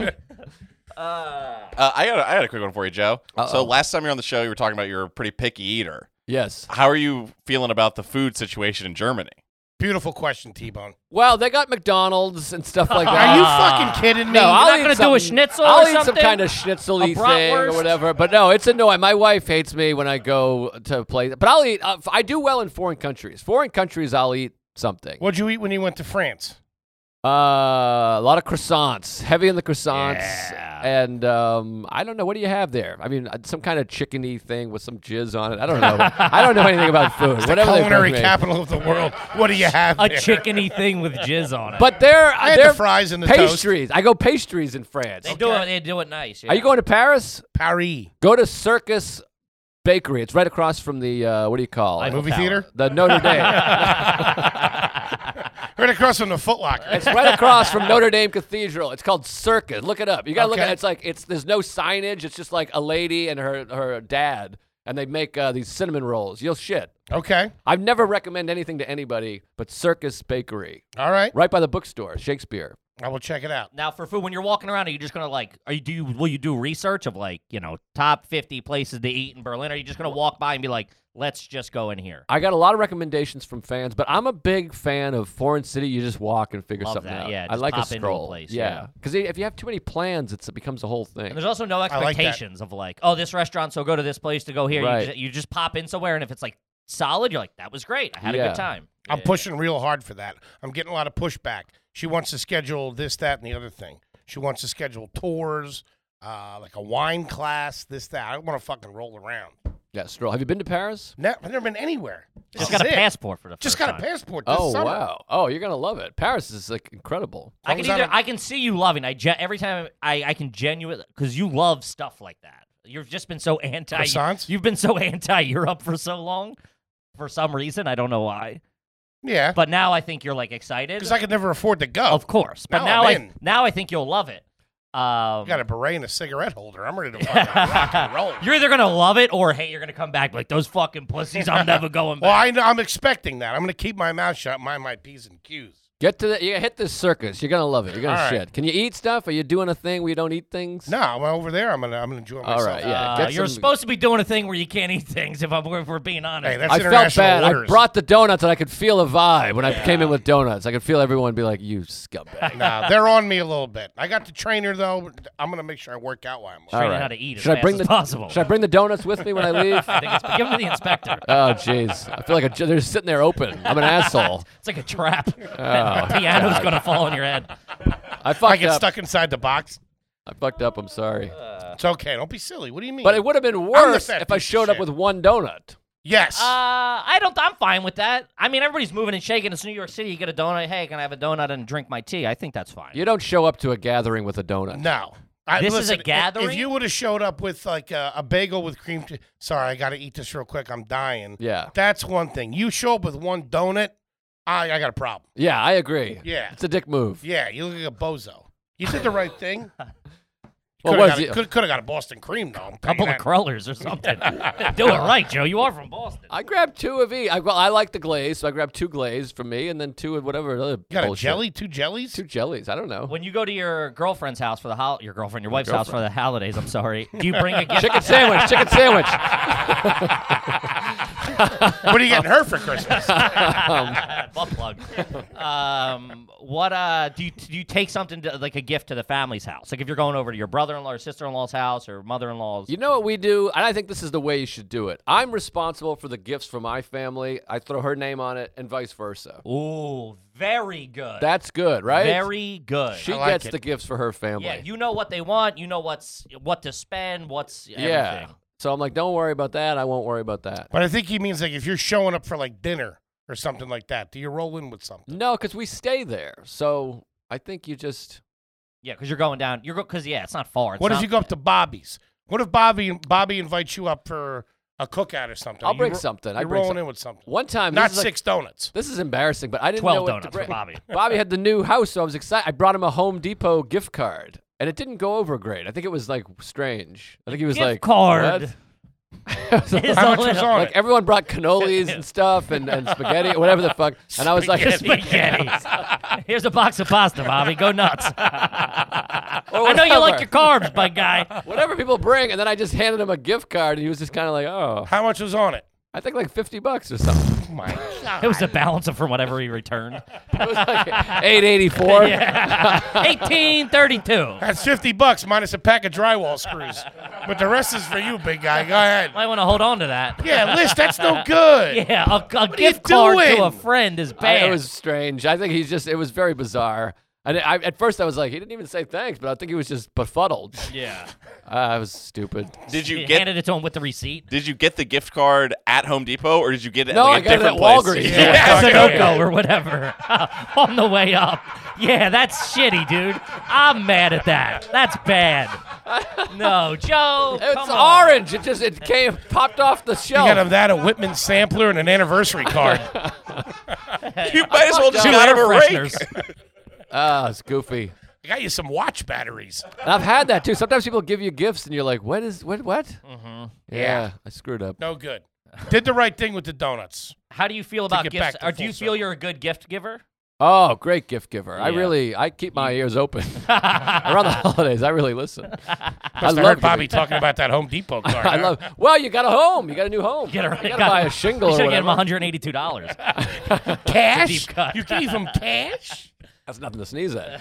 S4: Uh, I got a, I got a quick one for you, Joe.
S5: Uh-oh.
S4: So last time you were on the show, you were talking about you're a pretty picky eater.
S5: yes.
S4: How are you feeling about the food situation in Germany?
S1: Beautiful question, T Bone.
S5: Well, they got McDonald's and stuff like that.
S1: Are you fucking kidding me?
S5: no, I'll
S2: not
S5: eat
S2: gonna do a
S5: something-
S2: schnitzel
S5: I'll
S2: or
S5: eat some
S2: something?
S5: kind of schnitzel-y
S2: A
S5: thing or
S2: bratwurst?
S5: whatever. But no, it's a no. My wife hates me when I go to play. But I'll eat. Uh, I do well in foreign countries. Foreign countries, I'll eat something.
S1: What'd you eat when you went to France?
S5: Uh, a lot of croissants, heavy on the croissants,
S2: Yeah.
S5: and um, I don't know what do you have there. I mean, uh, some kind of chickeny thing with some jizz on it. I don't know. I don't know anything about food. Whatever they
S1: Culinary
S5: bring me.
S1: capital of the world. What do you have?
S2: a
S1: there?
S2: chickeny thing with jizz on it.
S5: But they're
S1: I had
S5: they're
S1: the fries and the toast.
S5: pastries. I go pastries in France.
S2: they do it. They do it nice.
S5: Are you going to Paris?
S1: Paris.
S5: Go to Circus Bakery. It's right across from the uh, what do you call it?
S1: Movie theater?
S5: The Notre Dame.
S1: Right across from the Foot Locker.
S5: It's right across from Notre Dame Cathedral. It's called Circus. Look it up. You gotta look
S1: Okay.
S5: at it. It's like it's there's no signage. It's just like a lady and her her dad, and they make uh, these cinnamon rolls. You'll shit.
S1: Okay.
S5: I've never recommend anything to anybody but Circus Bakery,
S1: All right.
S5: right by the bookstore, Shakespeare.
S1: I will check it out.
S2: Now for food, when you're walking around, are you just gonna like? Are you do? You, will you do research of like you know top 50 places to eat in Berlin? Are you just gonna walk by and be like, let's just go in here?
S5: I got a lot of recommendations from fans, but I'm a big fan of foreign city. You just walk and figure
S2: Love
S5: something
S2: that,
S5: out.
S2: yeah,
S5: I
S2: just
S5: like
S2: pop
S5: a
S2: into a
S5: scroll.
S2: place,
S5: yeah,
S2: yeah.
S5: because if you have too many plans, it's, it becomes a whole thing.
S2: And there's also no
S1: that.
S2: expectations of like, oh, this restaurant, so go to this place to go here.
S5: Right.
S2: You, just, you just pop in somewhere, and if it's like solid, you're like, that was great. I had a
S5: Yeah.
S2: good time.
S1: I'm
S2: Yeah.
S1: pushing real hard for that. I'm getting a lot of pushback. She wants to schedule this, that, and the other thing. She wants to schedule tours, uh, like a wine class, this, that. I don't want to fucking roll around.
S5: Yeah, stroll. Have you been to Paris?
S1: Ne- I've never been anywhere. This
S2: Just
S1: is
S2: got a
S1: it.
S2: passport for the
S1: Just
S2: first
S1: got a
S2: time.
S1: passport this
S5: Oh
S1: summer.
S5: wow! Oh, you're gonna love it. Paris is like incredible.
S2: I
S1: As
S2: can
S1: long as
S2: either
S1: I'm-
S2: I can see you loving. I gen- every time I I can genuinely because you love stuff like that. You've just been so anti.
S1: Croissants?
S2: You've been so anti Europe for so long, for some reason I don't know why.
S1: Yeah.
S2: But now I think you're like excited.
S1: Because I could never afford to go.
S2: of course. But
S1: Now
S2: now,
S1: I'm
S2: I
S1: in.
S2: now I think you'll love it.
S1: I
S2: Um,
S1: got a beret and a cigarette holder. I'm ready to fucking rock and roll.
S2: you're either gonna love it or hey, you're gonna come back like those fucking pussies. I'm never going
S1: Well,
S2: back.
S1: I, know- I'm expecting that. I'm going to keep my mouth shut, mind my P's and Q's.
S5: Get to the. You hit this circus. You're gonna love it. You're gonna
S1: All right.
S5: shit. Can you eat stuff? Are you doing a thing where you don't eat things?
S1: No, I'm over there. I'm going to I'm gonna enjoy myself.
S5: All right. Yeah.
S2: Uh,
S5: get
S2: you're
S5: some-
S2: supposed to be doing a thing where you can't eat things. If, I'm, if we're being honest,
S1: Hey, that's
S5: I felt
S1: international
S5: bad. I
S1: Orders.
S5: brought the donuts and I could feel a vibe when I came in with donuts. I could feel everyone be like, "You scumbag."
S1: nah, they're on me a little bit. I got the trainer though. I'm gonna make sure I work out while I'm.
S5: All
S1: on.
S2: training
S5: right.
S2: how to eat as
S5: Should I
S2: fast
S5: bring
S2: as
S5: the-
S2: possible.
S5: Should I bring the donuts with me when I leave?
S2: I think it's, give them to the inspector.
S5: Oh, jeez. I feel like a, j- they're sitting there open. I'm an asshole.
S2: It's like a trap. the piano's gonna fall on your head.
S5: I fucked
S1: I get
S5: up.
S1: stuck inside the box.
S5: I fucked up. I'm sorry.
S1: It's okay. Don't be silly. What do you mean?
S5: But it would have been worse
S1: fat
S5: if I
S1: piece of
S5: showed up
S1: shit.
S5: with one donut.
S1: yes.
S2: Uh, I don't. I'm fine with that. I mean, everybody's moving and shaking. It's New York City. You get a donut. Hey, can I have a donut and drink my tea? I think that's fine.
S5: You don't show up to a gathering with a donut.
S1: no. I,
S2: This is
S1: listen,
S2: a
S1: i- If
S2: gathering?
S1: you would have showed up with like a, a bagel with cream, che- sorry, I got to eat this real quick. I'm dying.
S5: Yeah.
S1: That's one thing. You show up with one donut, I I got a problem.
S5: Yeah, I agree.
S1: Yeah.
S5: It's a dick move.
S1: Yeah, you look like a bozo. You did the right thing.
S5: Well,
S1: Could
S5: what
S1: have got,
S5: is
S1: a-
S5: it-
S1: could- coulda got a Boston cream though. I'm telling you
S2: couple of
S1: that.
S2: crawlers or something. Do it right, Joe. You are from Boston.
S5: I grabbed two of each. I, well, I like the glaze, so I grabbed two glaze for me and then two of whatever other
S1: You got a
S5: bullshit.
S1: jelly, two jellies.
S5: Two jellies. I don't know.
S2: when you go to your girlfriend's house for the hol- your girlfriend, your wife's house for the holidays, I'm sorry. Do you bring a gift?
S5: Chicken sandwich, chicken sandwich.
S1: what are you getting her for Christmas?
S2: butt plug. Um, what uh, do you do? You take something to, like a gift to the family's house, like if you're going over to your brother-in-law or sister-in-law's house or mother-in-law's.
S5: You know what we do, and I think this is the way you should do it. I'm responsible for the gifts for my family. I throw her name on it, and vice versa.
S2: Ooh, very good.
S5: That's good, right?
S2: very good.
S5: She
S1: I like
S5: gets
S1: it.
S5: the gifts for her family.
S2: yeah, you know what they want. You know what's what to spend. What's everything.
S5: Yeah. So I'm like, don't worry about that. I won't worry about that.
S1: but I think he means like if you're showing up for like dinner or something like that, do you roll in with something?
S5: No, because we stay there. So I think you just.
S2: Yeah, because you're going down. You're because yeah, it's not far. It's
S1: what if
S2: not-
S1: you go up to Bobby's? What if Bobby Bobby invites you up for a cookout or something?
S5: I'll
S1: You
S5: bring
S1: ro-
S5: something. I
S1: You're
S5: bring
S1: rolling
S5: something.
S1: in with something.
S5: One time,
S1: Not
S5: this is like-
S1: six donuts.
S5: this is embarrassing, but I didn't know
S2: twelve
S5: what to
S2: donuts for
S5: bring.
S2: Bobby?
S5: Bobby had the new house, so I was excited. I brought him a Home Depot gift card, and it didn't go over great. I think it was like strange. I think he was
S2: Gift
S5: like
S2: card.
S5: "What?"
S2: It's
S1: How
S2: a
S1: much was
S2: little-
S1: on
S5: like
S1: it?
S5: everyone brought cannolis and stuff and, and spaghetti, whatever the fuck. And I was like,
S2: spaghetti. Here's a box of pasta, Bobby. Go nuts. I know you
S5: whatever.
S2: like your carbs, bug guy.
S5: whatever people bring. And then I just handed him a gift card, and he was just kind of like, oh,
S1: How much was on it?
S5: I think like 50 bucks or something.
S1: Oh my God.
S2: It was a balance of from whatever he returned.
S5: It was like 884.
S2: Eighteen thirty-two.
S1: That's 50 bucks minus a pack of drywall screws. but the rest is for you, big guy. Go ahead.
S2: Might want to hold on to that.
S1: Yeah, Liz, that's no good.
S2: Yeah, a, a
S1: you
S2: gift card
S1: doing?
S2: to a friend is
S5: I-
S2: bad.
S5: it was strange. I think he's just, it was very bizarre. And I, at first, I was like, he didn't even say thanks, but I think he was just befuddled.
S2: yeah.
S5: Uh, I was stupid.
S4: Did you
S2: He
S4: get
S2: handed it to him with the receipt.
S4: Did you get the gift card at Home Depot or did you get it
S5: No,
S4: at like,
S5: I
S4: a
S5: got it
S4: different
S5: at
S4: place?
S5: Walgreens.
S1: Yeah.
S2: Yeah,
S1: okay,
S2: Sunoco
S1: yeah.
S2: or whatever on the way up. Yeah, that's shitty, dude. I'm mad at that. That's bad. No, Joe.
S5: It's
S2: come on.
S5: orange. It just, it came, popped off the
S1: You
S5: shelf.
S1: got him that, a Whitman sampler, and an anniversary card.
S4: You might as well just
S2: Two
S4: got
S2: air
S4: him a rake.
S2: fresheners.
S5: Ah, it's goofy.
S1: I got you some watch batteries.
S5: And I've had that too. Sometimes people give you gifts and you're like, what is, what, what? Mm-hmm. Yeah,
S1: Yeah.
S5: I screwed up.
S1: No good. Did the right thing with the donuts.
S2: How do you feel about
S1: get
S2: gifts?
S1: back to
S2: Or do
S1: full
S2: you feel
S1: circle.
S2: you're a good gift giver?
S5: Oh, great gift giver. I
S2: Yeah.
S5: really, I keep my ears open. Around the holidays, I really listen. I
S1: I,
S5: love
S1: heard Bobby
S5: giving-
S1: talking about that Home Depot card.
S5: I love, well, you got a home. You got a new home.
S2: Get her,
S5: you got to buy a shingle
S2: You
S5: or
S2: should get him
S5: whatever.
S2: $182.
S1: cash.
S2: deep cut.
S1: You gave him cash?
S5: That's nothing to sneeze at.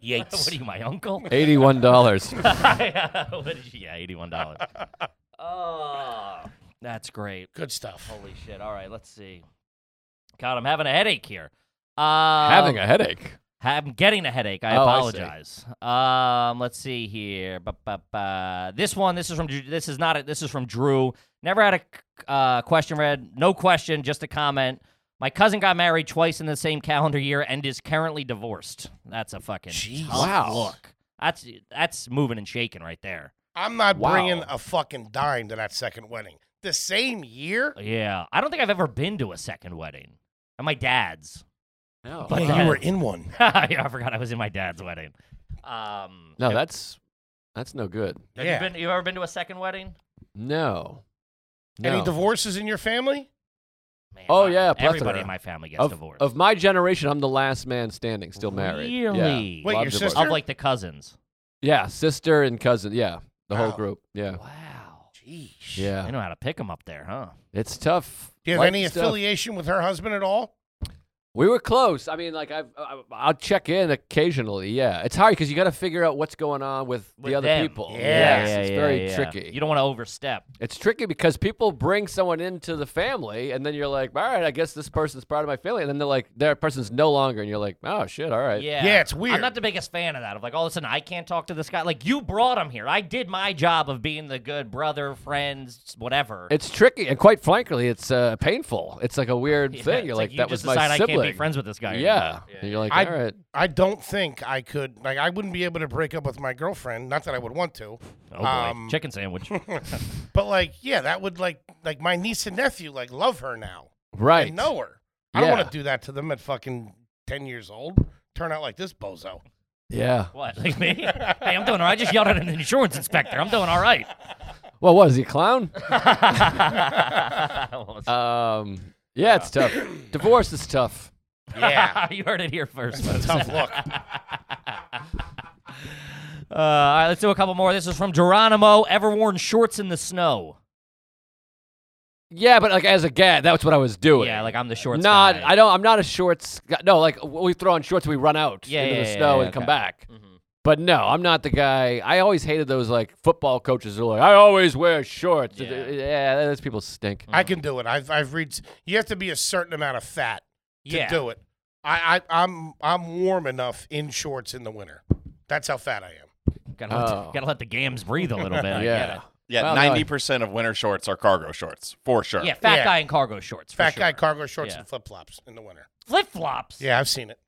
S1: Yates.
S2: what are you, my uncle?
S5: Eighty-one dollars.
S2: Um, What did you- yeah, $81. Oh, that's great.
S1: Good stuff.
S2: Holy shit. All right, let's see. God, I'm having a headache here. Uh,
S5: Having a headache.
S2: I'm getting a headache. I
S5: Oh, I see.
S2: apologize. um, let's see here. Ba, ba, ba. This one, this is from. Dr- This is not. A, this is from Drew. Never had a c- uh, question read. No question, just a comment. My cousin got married twice in the same calendar year and is currently divorced. That's a fucking
S1: Jeez.
S2: tough
S5: Wow.
S2: Look, that's that's moving and shaking right there.
S1: I'm not
S5: Wow.
S1: bringing a fucking dime to that second wedding. The same year?
S2: Yeah, I don't think I've ever been to a second wedding. And my dad's.
S5: No,
S2: But-
S1: Hey, you were in one.
S2: yeah, I forgot I was in my dad's wedding. Um,
S5: no, that's that's no good.
S2: have
S1: Yeah.
S2: you been? You ever been to a second wedding?
S5: No.
S1: Any
S5: No.
S1: divorces in your family?
S2: Man,
S5: Oh,
S2: my-
S5: yeah,
S2: everybody
S5: plethora.
S2: in my family gets
S5: Of,
S2: divorced.
S5: of my generation, I'm the last man standing, still married. Yeah.
S2: Really?
S1: Wait,
S5: Love
S1: your
S5: divorce.
S1: sister?
S2: of like the cousins.
S5: Yeah, sister and cousin. Yeah, the whole
S1: Wow.
S5: group. Yeah,
S2: Wow,
S1: Jeez.
S2: they
S5: yeah.
S2: know how to pick them up there, huh?
S5: It's tough.
S1: Do you have
S5: Life
S1: any
S5: is tough.
S1: affiliation with her husband at all?
S5: We were close. I mean, like I've, I, I'll check in occasionally. Yeah, it's hard because you got to figure out what's going on with,
S2: With
S5: the other
S2: them.
S5: people.
S1: Yeah.
S5: Yes,
S2: yeah,
S5: it's
S2: yeah,
S5: very
S2: yeah.
S5: tricky.
S2: You don't want to overstep.
S5: it's tricky because people bring someone into the family, and then you're like, all right, I guess this person's part of my family, and then they're like, that person's no longer, and you're like, oh shit, all right.
S2: Yeah,
S1: Yeah, it's weird.
S2: I'm not the biggest fan of that. Of like, all of a sudden, I can't talk to this guy. Like, you brought him here. I did my job of being the good brother, friends, whatever.
S5: It's tricky, and quite frankly, it's uh, painful. It's like a weird
S2: Yeah,
S5: thing.
S2: it's
S5: You're
S2: like,
S5: like,
S2: you
S5: that
S2: just
S5: was my
S2: decide
S5: sibling.
S2: I can't be friends with this guy. anymore.
S5: yeah. and you're like,
S1: I-
S5: all right.
S1: I don't think I could. Like, I wouldn't be able to break up with my girlfriend. Not that I would want to.
S2: Oh boy,
S1: Um,
S2: chicken sandwich.
S1: But like, yeah, that would like like my niece and nephew like love her now.
S5: Right.
S1: I know her. I don't
S5: Yeah.
S1: want to do that to them at fucking ten years old. Turn out like this bozo.
S5: Yeah.
S2: what? Like me? hey, I'm doing all right. I just yelled at an insurance inspector. I'm doing all right.
S5: Well, what is he a clown?
S2: Well,
S5: um. Yeah, it's tough. Divorce is tough.
S1: Yeah,
S2: you heard it here first.
S1: tough look.
S2: folks. Uh, all right, let's do a couple more. This is from Geronimo. Ever worn shorts in the snow?
S5: Yeah, but like as a guy, that's what I was doing.
S2: Yeah, like I'm the shorts
S5: not.
S2: guy.
S5: I don't. I'm not a shorts. Guy. No, like w- we throw on shorts, we run out
S2: Yeah,
S5: into
S2: yeah,
S5: the
S2: yeah,
S5: snow
S2: yeah,
S5: and come
S2: okay.
S5: back.
S1: Mm-hmm.
S2: Mhm.
S5: But no, I'm not the guy. I always hated those like football coaches who are like, I always wear shorts.
S2: Yeah.
S5: yeah those people stink.
S1: I can do it. I've I've read. You have to be a certain amount of fat to
S2: yeah.
S1: do it. I, I I'm I'm warm enough in shorts in the winter. That's how fat I am.
S2: Gotta, let,
S5: Oh.
S2: gotta let the gams breathe a little bit. I get
S5: yeah.
S2: it.
S5: Well,
S4: Yeah,
S5: no, I-
S4: ninety percent of winter shorts are cargo shorts for sure.
S2: Yeah, fat
S1: Yeah.
S2: guy in cargo shorts.
S1: Fat guy, cargo shorts,
S2: Yeah.
S1: and flip flops in the winter.
S2: Flip flops.
S1: Yeah, I've seen it.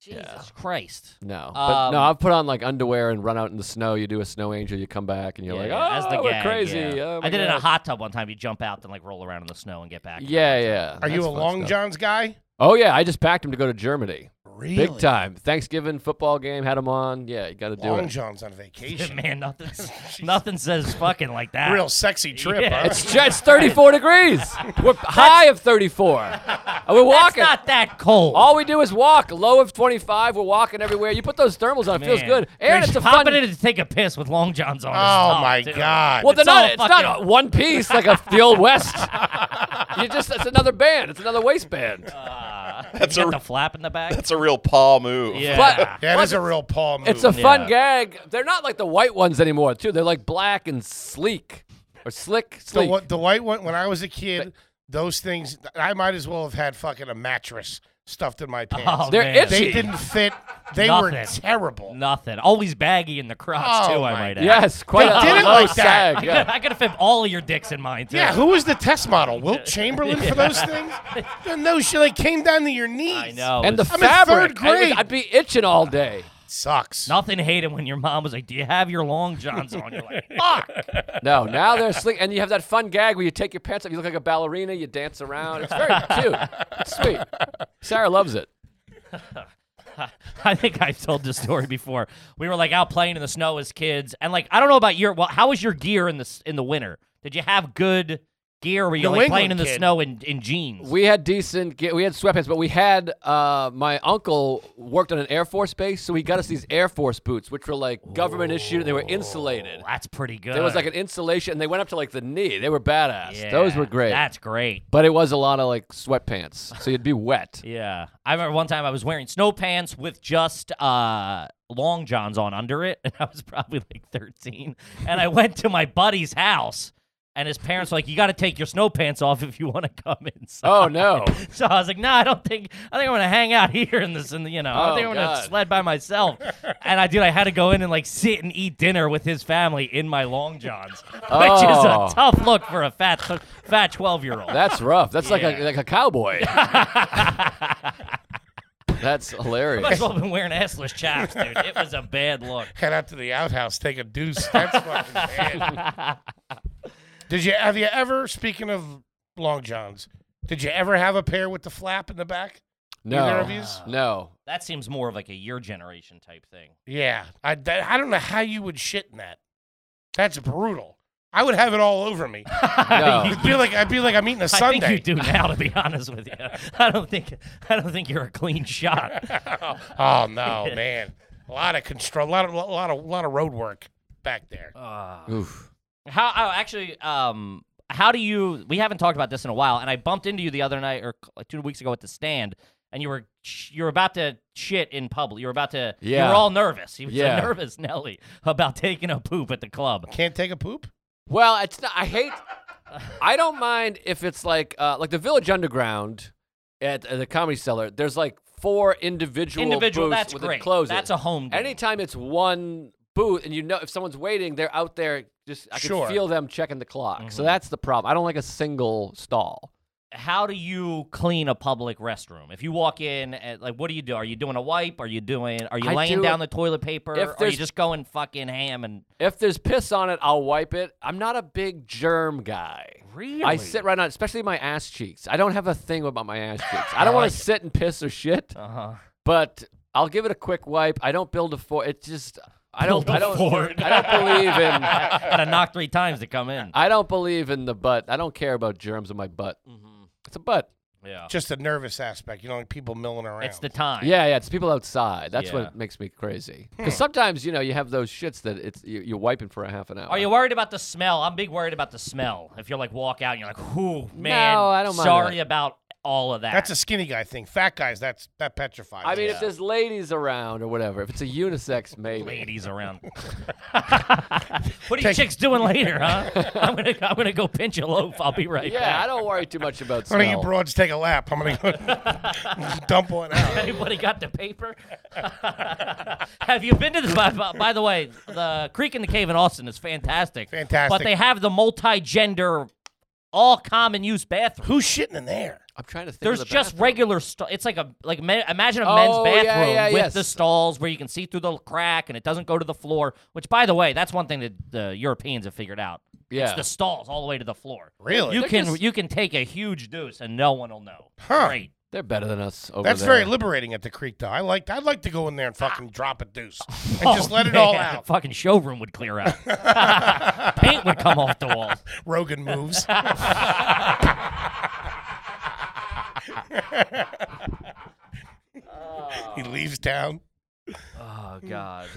S2: Jesus Christ.
S5: No, but no,
S2: Um,
S5: I've put on like underwear and run out in the snow. You do a snow angel, you come back, and you're
S2: Yeah,
S5: like,
S2: yeah,
S5: oh,
S2: as the
S5: we're
S2: gag,
S5: crazy.
S2: yeah.
S5: Oh my
S2: I did it in a
S5: God."
S2: hot tub one time. You jump out, then like roll around in the snow and get back. in the
S5: Yeah,
S2: hot tub.
S5: yeah.
S1: Are you
S5: That's
S1: a
S5: fun
S1: long
S5: stuff.
S1: johns guy?
S5: Oh yeah, I just packed him to go to Germany.
S1: Really?
S5: Big time. Thanksgiving football game had him on. Yeah, you got to do
S1: Long
S5: it.
S1: johns on vacation.
S2: Man, nothing, nothing says fucking like that.
S1: Real sexy trip.
S2: Yeah.
S1: huh?
S5: It's, it's 34 degrees. We're high of 34. And We're
S2: That's
S5: walking.
S2: not that cold.
S5: All we do is walk. Low of 25. We're walking everywhere. You put those thermals on. It feels
S2: Man.
S5: good. And
S2: They're
S5: it's a fun.
S2: popping in to take a piss with long johns on. is
S1: Oh
S2: tough,
S1: my
S2: dude.
S1: god.
S5: well, they're
S2: it's all
S5: not. It's not
S2: fucking-
S5: one piece like a, the old west. you just. It's another band. It's another waistband.
S2: That's
S4: That's
S2: you
S4: a-
S2: got the flap in the back.
S4: That's a real paw move.
S2: yeah.
S5: But
S1: that is a real Paul move.
S5: it's a fun
S2: Yeah.
S5: gag. They're not like the white ones anymore, too. They're like black and sleek or slick.
S1: the,
S5: Sleek.
S1: wh- the white one. When I was a kid, those things I might as well have had fucking a mattress stuffed in my pants.
S2: oh,
S5: They're
S2: man.
S5: itchy.
S1: They didn't fit. They were
S2: Nothing.
S1: terrible.
S2: Nothing. Always baggy in the crotch
S1: Oh,
S2: too. I
S1: my
S2: might add.
S5: Yes, quite
S1: They
S5: a
S1: did it
S5: low
S1: like that.
S5: sag,
S2: I
S5: yeah.
S2: could, I could have fit all of your dicks in mine too.
S1: Yeah, who was the test model? Wilt Chamberlain for those things? No shit, they came down to your knees.
S2: I know.
S5: and the
S1: I'm in
S5: fabric.
S1: third
S5: I would-
S1: grade.
S5: I'd be itching all day.
S1: Sucks.
S2: nothing hated when your mom was like, "Do you have your long johns on?" You're like, "Fuck."
S5: No, now they're sleek, and you have that fun gag where you take your pants off, you look like a ballerina, you dance around. It's very cute, It's sweet. Sarah loves it.
S2: I think I've told this story before. We were like out playing in the snow as kids, and like I don't know about your well, how was your gear in the s- in the winter? Did you have good gear? Were you
S1: New
S2: like playing
S1: England
S2: in the
S1: kid.
S2: snow in, in jeans?
S5: We had decent, ge- we had sweatpants, but we had uh, my uncle worked on an Air Force base, so he got us these Air Force boots, which were like government issued, and they were insulated.
S2: Oh, that's pretty good.
S5: There was like an insulation, and they went up to like the knee. They were badass. Those were
S2: Yeah,
S5: great.
S2: That's great.
S5: but it was a lot of like sweatpants, so you'd be wet.
S2: Yeah, I remember one time I was wearing snow pants with just uh, long johns on under it, and I was probably like 13. And I went to my buddy's house, and his parents were like, "You got to take your snow pants off if you want to come inside."
S5: Oh no!
S2: So I was like, "No, I don't think I think I'm gonna hang out here in this, and you know, I
S5: Oh,
S2: don't think I'm gonna
S5: God.
S2: sled by myself." and I did. I had to go in and like sit and eat dinner with his family in my long johns, which is
S5: Oh.
S2: a tough look for a fat fat 12 year old.
S5: That's rough. That's like a
S2: Yeah.
S5: like a cowboy. That's hilarious.
S2: Might as well have been wearing assless chaps, dude. It was a bad look.
S1: Head out to the outhouse, take a deuce. That's fucking bad. Did you have you ever? Speaking of long johns, did you ever have a pair with the flap in the back? Either of
S5: No,
S1: yous?
S5: no.
S2: That seems more of like a your generation type thing.
S1: Yeah, I that, I don't know how you would shit in that. That's brutal. I would have it all over me.
S5: No.
S1: I'd be like I'd be like I'm eating a
S2: I
S1: Sunday.
S2: think you do now, to be honest with you. I don't think I don't think you're a clean shot.
S1: oh no, man! A lot of constru a lot of, a lot of, a lot of road work back there.
S2: Uh,
S5: Oof.
S2: how? Oh, actually, um, how do you? We haven't talked about this in a while, and I bumped into you the other night or like two weeks ago at the stand, and you were you were about to shit in public. You were about to. You
S5: Yeah.
S2: were all nervous. You were
S5: Yeah.
S2: nervous, Nelly, about taking a poop at the club.
S1: Can't take a poop.
S5: Well, it's not, I hate. I don't mind if it's like uh, like the Village Underground at, at the Comedy Cellar. There's like four individual
S2: Individual,
S5: booths
S2: that's
S5: with
S2: great.
S5: it closes.
S2: That's a home game.
S5: Anytime it's one booth, and you know if someone's waiting, they're out there. Just I
S1: Sure.
S5: can feel them checking the clock. So
S2: Mhm.
S5: that's the problem. I don't like a single stall.
S2: how do you clean a public restroom? If you walk in, at, like, what do you do? Are you doing a wipe? Are you doing? Are you
S5: I
S2: laying
S5: do-
S2: down the toilet paper?
S5: if
S2: are
S5: there's-
S2: you just going fucking ham and
S5: If there's piss on it, I'll wipe it. I'm not a big germ guy.
S2: really?
S5: I sit right on, especially my ass cheeks. I don't have a thing about my ass cheeks. I don't want to sit and piss or shit,
S2: Uh huh.
S5: but I'll give it a quick wipe. I don't build a fort. It's just I don't. I don't.
S2: Ford.
S5: I don't believe in.
S2: Gotta knock three times to come in.
S5: I don't believe in the butt. I don't care about germs in my butt. It's a butt.
S2: Yeah.
S1: Just the nervous aspect, you know, like people milling around.
S2: It's the time.
S5: Yeah, yeah, it's people outside. That's
S2: Yeah.
S5: what makes me crazy. Because
S1: Hmm.
S5: sometimes you know you have those shits that it's you, you're wiping for a half an hour.
S2: Are you worried about the smell? I'm big worried about the smell. If you're like walk out and you're like, "Ooh, man,
S5: No, I don't mind
S2: sorry
S5: that.
S2: about all of that."
S1: that's a skinny guy thing. Fat guys, that's that petrifies.
S5: I mean,
S1: us.
S5: if there's ladies around or whatever, if it's a unisex, maybe.
S2: ladies around. what are you chicks doing later, huh? I'm gonna I'm gonna go pinch a loaf. I'll be right
S5: Yeah, I
S2: back.
S5: don't worry too much about
S1: Why don't you
S5: smell.
S1: broads take a lap? I'm gonna go dump one out.
S2: Anybody got the paper? have you been to the? By, by- by the way, the creek in the cave in Austin is fantastic.
S1: Fantastic.
S2: But they have the multi-gender, all common use bathroom.
S1: Who's shitting in there?
S5: I'm trying to think.
S2: There's
S5: of the
S2: just
S5: bathroom.
S2: regular st- It's like a like men, imagine a
S5: Oh, yeah,
S2: men's bathroom
S5: yeah,
S2: with
S5: yes.
S2: the stalls where you can see through the crack and it doesn't go to the floor. Which, by the way, that's one thing that the Europeans have figured out. It's
S5: Yeah.
S2: the stalls all the way to the floor.
S1: Really?
S2: You can
S5: just-
S2: you can take a huge deuce and no one will know.
S1: Huh.
S2: Great.
S5: They're better than us over
S1: That's
S5: there.
S1: very liberating at the creek, though. I like. I'd like to go in there and fucking drop a deuce and just
S2: Oh,
S1: let it all
S2: man, the
S1: out.
S2: fucking showroom would clear out. Paint would come off the walls.
S1: Rogan moves. he leaves town.
S2: Oh
S1: Mm.
S2: God.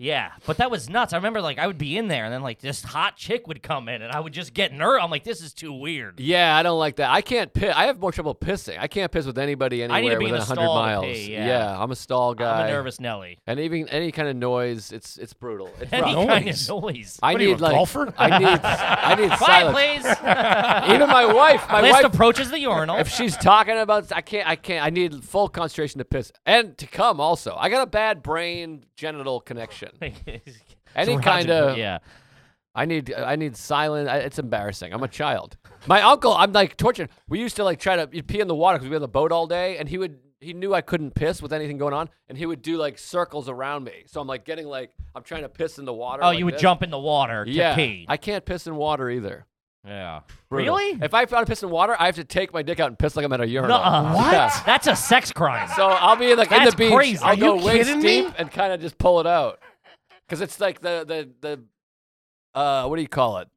S2: Yeah, but that was nuts. I remember like I would be in there and then like this hot chick would come in and I would just get nervous. I'm like, this is too weird.
S5: Yeah, I don't like that. I can't piss. I have more trouble pissing. I can't piss with anybody anywhere
S2: I need to be in
S5: within
S2: a
S5: 100
S2: stall to
S5: miles.
S2: pee, yeah.
S5: I'm a stall guy.
S2: I'm a nervous Nelly.
S5: And even any kind of noise, it's it's brutal. It's
S2: Any
S5: rough.
S2: kind
S1: Noise.
S2: of noise.
S5: I
S1: What are
S5: need
S1: you, a
S5: like
S1: golfer?
S5: I need I need
S2: Quiet,
S5: silence.
S2: please. List
S5: Even my wife, my wife
S2: approaches the urinal.
S5: if she's talking about I can't I can't I need full concentration to piss and to come also. I got a bad brain genital connection. Any
S2: Roger,
S5: kind of
S2: yeah. Oh,
S5: I need I need silence. I, it's embarrassing. I'm a child. My uncle, I'm like tortured. We used to like try to you'd pee in the water because we were on the boat all day, and he would he knew I couldn't piss with anything going on, and he would do like circles around me. So I'm like getting like I'm trying to piss in the water.
S2: Oh,
S5: like
S2: you would
S5: this.
S2: jump in the water to
S5: Yeah,
S2: pee.
S5: I can't piss in water either.
S2: yeah.
S5: Brutal.
S2: Really?
S5: If I found to piss in water, I have to take my dick out and piss like I'm at a urinal.
S2: Nuh-uh.
S5: Yeah.
S2: That's a sex crime.
S5: So I'll be like in
S2: That's
S5: the beach.
S2: crazy.
S5: I'll
S2: Are
S5: go
S1: you
S5: waist
S1: kidding me?
S5: deep and kind of just pull it out. Cause it's like the the the uh what do you call it?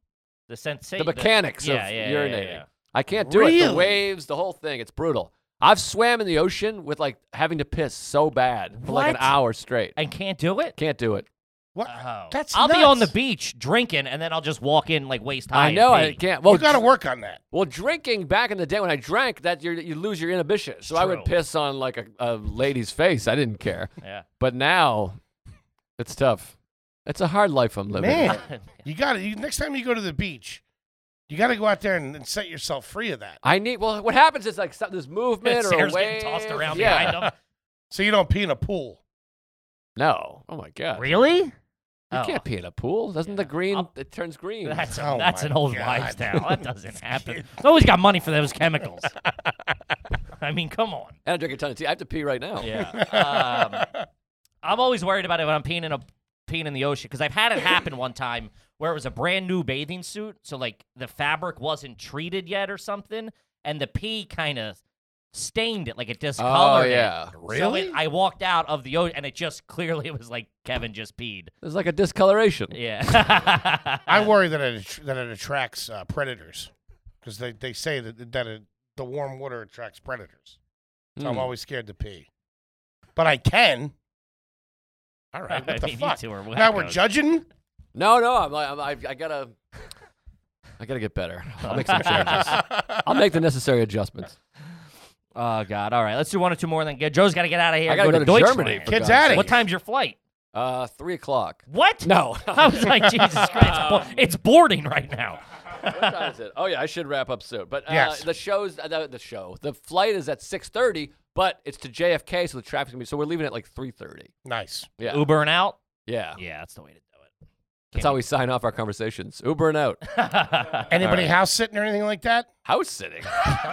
S2: the sensei.
S5: The mechanics
S2: yeah,
S5: of
S2: yeah, yeah,
S5: urinating.
S2: yeah.
S5: I can't do it. The
S1: Really?
S5: waves, the whole thing. It's brutal. I've swam in the ocean with like having to piss so bad for like an
S2: What?
S5: hour straight.
S2: And can't do it?
S5: Can't do it.
S1: What?
S2: Oh.
S1: That's
S2: I'll be on the
S1: nuts.
S2: beach drinking, and then I'll just walk in like waist high.
S5: I know
S2: and
S5: I
S2: pee.
S5: can't. Well,
S1: you got to work on that.
S5: Well, drinking back in the day when I drank, that you you lose your inhibition. So I would
S2: true.
S5: piss on like a, a lady's face. I didn't care.
S2: Yeah.
S5: But now, it's tough. It's a hard life I'm living.
S1: Man, you got to. Next time you go to the beach, you got to go out there and, and set yourself free of that,
S5: I need. Well, what happens is like some- this movement or a
S2: Sarah's getting
S5: wave.
S2: tossed around
S5: yeah.
S2: behind him.
S1: so you don't pee in a pool.
S5: No. Oh my god.
S2: Really? You
S5: You can't pee in a pool. Doesn't the green?
S2: I'll-
S5: It turns green.
S2: Oh. That's,
S1: Oh
S2: that's
S1: my
S2: an old
S1: God.
S2: wives' tale. That doesn't happen. It's always got money for those chemicals. I mean, come on.
S5: and I drink a ton of tea. I have to pee right now.
S2: Yeah. Um, I'm always worried about it when I'm peeing in a peeing in the ocean because I've had it happen one time where it was a brand new bathing suit, so like the fabric wasn't treated yet or something, and the pee kind of stained it, like it discolored
S5: Oh yeah.
S2: it. So
S1: Really?
S2: it, I walked out of the ocean, and it just clearly was like Kevin just peed.
S5: There's like a discoloration.
S2: Yeah.
S1: I worry that it attr- that it attracts uh, predators because they, they say that that it, the warm water attracts predators. So I'm
S5: Hmm.
S1: always scared to pee, but I can. All right, what
S2: I
S1: the
S2: mean, you
S1: fuck?
S2: two are
S1: Now we're
S2: wackos.
S1: judging.
S5: No, no. I'm. I'm I, I gotta. I gotta get better. I'll make some changes. I'll make the necessary adjustments.
S2: Oh God! All right, let's do one or two more, and then get, Joe's got to get out of here.
S5: I
S2: and
S5: gotta go to,
S2: Deutschland.
S5: Germany. for
S1: Kids
S5: God's
S1: outta
S5: sake.
S2: What time's your flight?
S5: Uh, three o'clock.
S2: What?
S5: No.
S2: I was like, Jesus Christ, bo- it's boarding right now.
S5: what time is it? Oh yeah, I should wrap up soon. But uh,
S1: Yes.
S5: the show's uh, the, the show. The flight is at six thirty, but it's to JFK, so the traffic's gonna be. So we're leaving at like three thirty.
S1: Nice.
S5: Yeah.
S2: Uber and out.
S5: Yeah.
S2: Yeah, that's the way to do
S5: That's how we sign off our conversations. Uber and out.
S2: it.
S1: Anybody house sitting or anything like that?
S5: House sitting.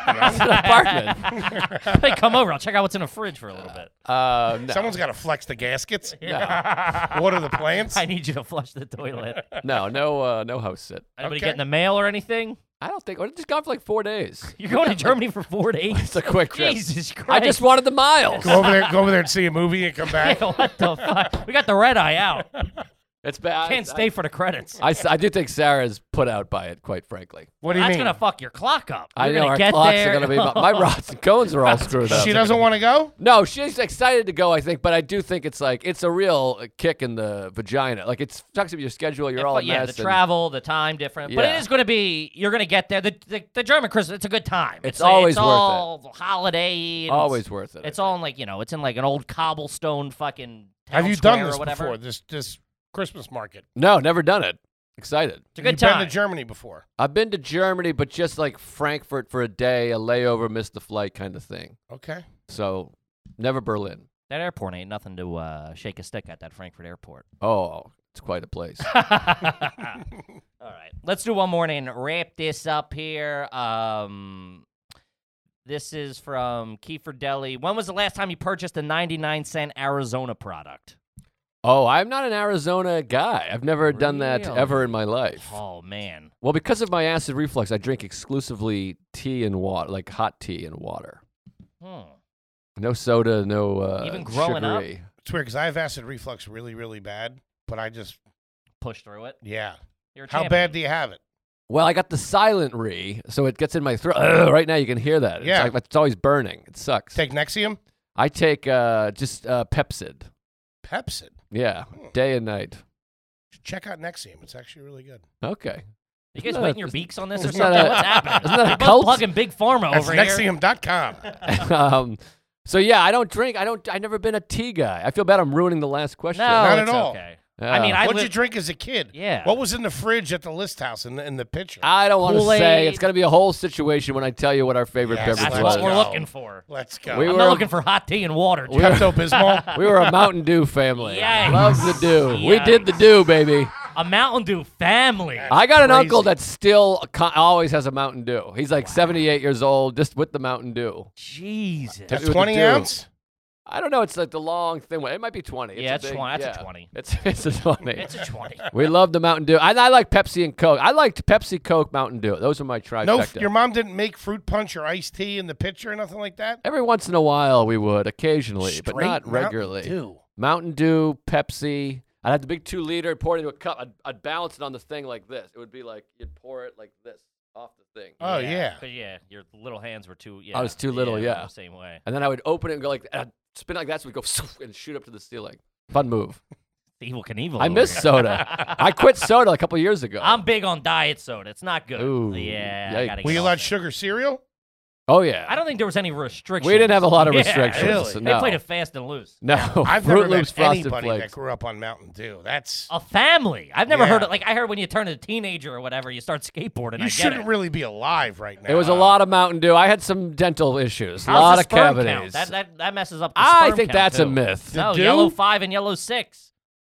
S5: It's an apartment.
S2: hey, come over. I'll check out what's in the fridge for a little bit.
S5: Uh, no,
S1: Someone's got to flex the gaskets.
S2: Yeah.
S1: Water the plants.
S2: I need you to flush the toilet.
S5: no, no, uh, no house sit.
S2: Anybody
S1: Okay.
S2: getting the mail or anything?
S5: I don't think. It's just gone for like four days.
S2: You're going to Germany for four days.
S5: It's a quick trip.
S2: Jesus Christ!
S5: I just wanted the miles.
S1: Go over there. Go over there and see a movie and come back.
S2: what the fuck? We got the red eye out.
S5: It's bad.
S2: Can't
S5: I-
S2: stay for the credits.
S5: I, s- I do think Sarah's put out by it, quite frankly.
S1: What do you
S2: That's
S1: mean?
S2: gonna fuck your clock up.
S5: I
S2: You're
S5: know
S2: gonna
S5: our
S2: get
S5: clocks
S2: there.
S5: are gonna be. My rods and cones are all screwed up.
S1: she doesn't want to go.
S5: No, she's excited to go, I think, but I do think it's like it's a real uh, kick in the vagina. Like it sucks up your schedule. You're all a
S2: But yeah, the
S5: mess and
S2: travel, the time different, but
S5: Yeah.
S2: it is going to be. You're going to get there. The, the the German Christmas, it's a good time.
S5: It's
S2: a-
S5: always worth it.
S2: all holiday. and
S5: always
S2: It's,
S5: worth it. I
S2: it's all in like you know, it's in like an old cobblestone fucking. Town
S1: Have you
S2: square
S1: done this
S2: or whatever.
S1: before? This this Christmas market.
S5: think. No, never done it. Excited.
S2: It's a good
S1: You've
S2: time.
S1: been to Germany before.
S5: I've been to Germany, but just like Frankfurt for a day, a layover, missed the flight kind of thing.
S1: Okay.
S5: So never Berlin.
S2: that airport ain't nothing to uh, shake a stick at. That Frankfurt airport.
S5: Oh, it's quite a place.
S2: all right, let's do one more and wrap this up here. Um, this is from Kiefer Deli. When was the last time you purchased a 99 cent Arizona product?
S5: oh, I'm not an Arizona guy. I've never done that ever in my life.
S2: Oh man.
S5: Well, because of my acid reflux, I drink exclusively tea and water, like hot tea and water.
S2: Hmm.
S5: No soda, no uh,
S2: Even growing up?
S5: sugary.
S1: It's weird because I have acid reflux really, really bad, but I just,
S2: Push through it.
S1: yeah.
S2: You're a
S1: How
S2: champion.
S1: bad do you have it?
S5: Well, I got the silent re, so it gets in my throat. Ugh, right now, you can hear that. It's
S1: Yeah.
S5: like- it's always burning. It sucks.
S1: Take Nexium?
S5: I take uh, just uh, Pepsid.
S1: Pepsid.
S5: Yeah,
S2: Hmm.
S5: day and night.
S1: Check out Nexium. It's actually really good.
S5: Okay.
S2: You guys
S5: Isn't that
S2: wetting
S5: a-
S2: your beaks on this or
S5: isn't that
S2: something?
S5: a-
S2: What's happening?
S5: isn't that a
S2: You're both
S5: cult?
S2: plugging big pharma
S1: That's
S2: over here.
S1: Nexium.com.
S5: um, so yeah, I don't drink. I don't. I've never been a tea guy. I feel bad. I'm ruining the last question.
S2: No,
S1: Not
S2: it's
S1: at all.
S2: okay.
S5: Yeah.
S2: I mean, I
S1: What'd
S2: li-
S1: you drink as a kid?
S2: Yeah. Ah.
S1: What was in the fridge at the list house in the, in the picture?
S5: I don't want to say.
S2: Kool-Aid.
S5: It's gonna be a whole situation when I tell you what our favorite
S1: Yes,
S5: beverage
S2: that's
S1: Let's
S2: what
S5: was.
S2: we're
S1: go.
S2: looking for.
S1: Let's go.
S5: We
S2: I'm
S5: were-
S2: not looking for hot tea and water.
S5: We
S2: Jeff.
S5: were-
S1: Pepto Bismol.
S5: We were a Mountain Dew family.
S2: Yikes.
S5: Love the Dew. We did the Dew, baby.
S2: a Mountain Dew family.
S5: I got an
S1: Crazy.
S5: uncle that still co- always has a Mountain Dew. He's like 78 years old, just with the Mountain Dew.
S2: Jesus.
S5: Hit me with the
S1: 20
S5: Dew.
S1: ounce?
S5: I don't know. It's like the long thin one. It might be 20.
S2: Yeah,
S5: a
S2: it's
S5: big-
S2: 20. That's a
S5: yeah.
S2: 20.
S5: It's it's a 20.
S2: It's a 20.
S5: we love the Mountain Dew. I, I like Pepsi and Coke. I liked Pepsi, Coke, Mountain Dew. Those are my trifecta.
S1: No, f- your mom didn't make fruit punch or iced tea in the pitcher or nothing like that?
S5: Every once in a while we would, occasionally, but
S1: Straight
S5: not
S1: Mountain
S5: regularly.
S1: Dew.
S5: Mountain Dew, Pepsi. I'd have the big two liter, pour it into a cup. I'd, I'd balance it on the thing like this. It would be like you'd pour it like this off the thing.
S1: Oh, yeah.
S2: But yeah, your little hands were too. Yeah,
S5: I was too little,
S2: they
S5: yeah.
S2: were the Same way.
S5: And then I would open it and go like, and I'd spin it like that, so we'd go and shoot up to the ceiling. Fun move.
S2: Evil Knievel.
S5: I
S2: over
S5: miss
S2: here.
S5: soda. I quit soda a couple years ago.
S2: Oh I'm big on diet soda. It's not good.
S5: Ooh,
S2: yeah. I
S5: yikes.
S2: gotta
S1: Were
S2: get
S1: you
S2: off
S1: allowed
S2: it.
S1: sugar cereal?
S5: oh yeah.
S2: I don't think there was any restrictions.
S5: we didn't have a lot of
S2: Yeah,
S5: restrictions.
S1: really.
S5: so
S2: They
S5: no.
S2: played it fast and loose.
S5: no.
S1: I've
S5: Oh, Fruit
S1: never
S5: Loops,
S1: met
S5: Frosted
S1: anybody that
S5: Flakes.
S1: grew up on Mountain Dew. That's
S2: A family. I've never
S1: Yeah.
S2: heard it. Like I heard when you turn a teenager or whatever, you start skateboarding. I
S1: you
S2: get
S1: shouldn't
S2: it.
S1: really be alive right now.
S5: It was a lot of Mountain Dew. I had some dental issues. A
S2: How's
S5: lot
S2: the
S5: of
S2: sperm count?
S5: cavities.
S2: That, that that messes up. The
S5: I
S2: sperm
S5: think
S2: count,
S5: that's a
S2: too.
S5: myth.
S1: The
S2: No,
S1: dew?
S2: yellow five and yellow six.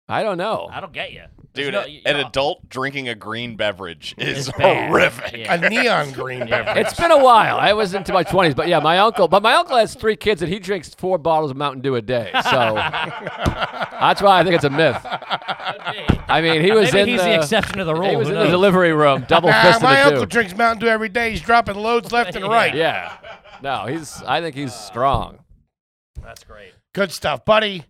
S5: I don't know.
S2: I don't get you, There's
S4: Dude,
S2: no-
S4: a-
S2: you-
S4: an
S2: you know,
S4: adult drinking a green beverage is
S2: it's bad.
S4: horrific.
S2: Yeah.
S1: A neon green beverage.
S5: It's been a while. I was into my twenties, but yeah, my uncle. But my uncle has three kids, and he drinks four bottles of Mountain Dew a day. So that's why I think it's a myth. I mean, he was
S2: Maybe
S5: in
S2: he's
S5: the,
S2: the, exception to the rule.
S5: He was
S2: Who
S5: in the
S2: knows?
S5: delivery room, double
S1: Nah,
S5: fisted
S1: my
S5: a
S1: uncle
S5: Dew.
S1: drinks Mountain Dew every day. He's dropping loads left and right.
S5: Yeah. No, he's. I think he's strong.
S2: That's great.
S1: Good stuff, buddy.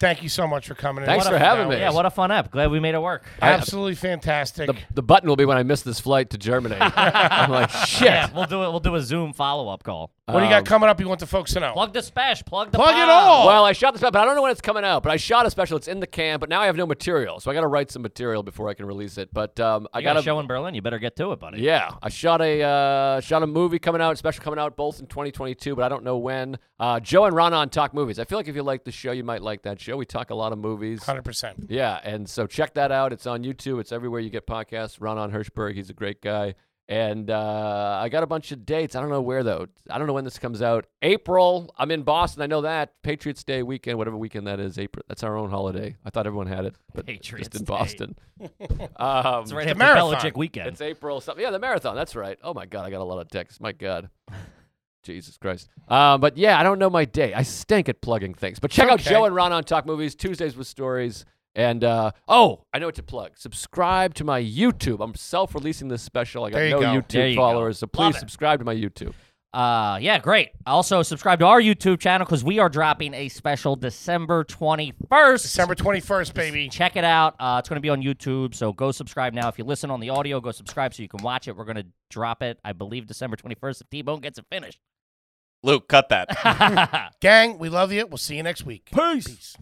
S1: Thank you so much for coming in.
S5: Thanks
S1: What
S5: for
S1: a-
S5: having me.
S2: Yeah, what a fun app. Glad we made it work.
S1: Absolutely fantastic.
S5: The, the button will be when I miss this flight to Germany. I'm like, shit.
S2: Yeah, we'll do it. We'll do a Zoom follow up call.
S1: what do you
S5: Um,
S1: got coming up you want the folks to know?
S2: Plug the spash. Plug the
S1: Plug it
S2: pod.
S1: all.
S5: Well, I shot the special, but I don't know when it's coming out. But I shot a special. It's in the can, but now I have no material, so I got to write some material before I can release it. But um, I
S2: You got
S5: got
S2: a show in Berlin. You better get to it, buddy.
S5: Yeah, I shot a uh, shot a movie coming out, special coming out both in 2022, but I don't know when. Uh, Joe and Ron on talk movies. I feel like if you like the show, you might like that show. We talk a lot of movies.
S1: 100%.
S5: Yeah, and so check that out. It's on YouTube. It's everywhere you get podcasts. Ron on Hirschberg, he's a great guy. And uh, I got a bunch of dates. I don't know where though. I don't know when this comes out. April, I'm in Boston. I know that Patriots Day weekend, whatever weekend that is. April, that's our own holiday. I thought everyone had it, but
S2: Patriots
S5: just in
S2: Day.
S5: Boston. um,
S2: It's right
S1: the
S2: after
S1: marathon.
S2: Belichick weekend.
S5: it's April something. Yeah, the marathon. That's right. Oh my god, I got a lot of texts. My god. Jesus Christ. Um, but yeah, I don't know my day. I stink at plugging things. But check out
S1: okay.
S5: Joe and Ron on Talk Movies Tuesdays with Stories. And uh, oh, I know what to plug. Subscribe to my YouTube. I'm self-releasing this special. I got
S1: There you
S5: no
S1: go.
S5: YouTube
S2: There you go.
S5: followers, so
S2: Love
S5: please
S2: it.
S5: subscribe to my YouTube.
S2: Uh, yeah, great. Also, subscribe to our YouTube channel because we are dropping a special December 21st.
S1: December 21st, baby.
S2: Check it out. Uh, it's going to be on YouTube, so go subscribe now. If you listen on the audio, go subscribe so you can watch it. We're going to drop it, I believe, December 21st if T-Bone gets it finished.
S4: Luke, cut that.
S1: Gang, we love you. We'll see you next week.
S2: Peace.
S1: Peace.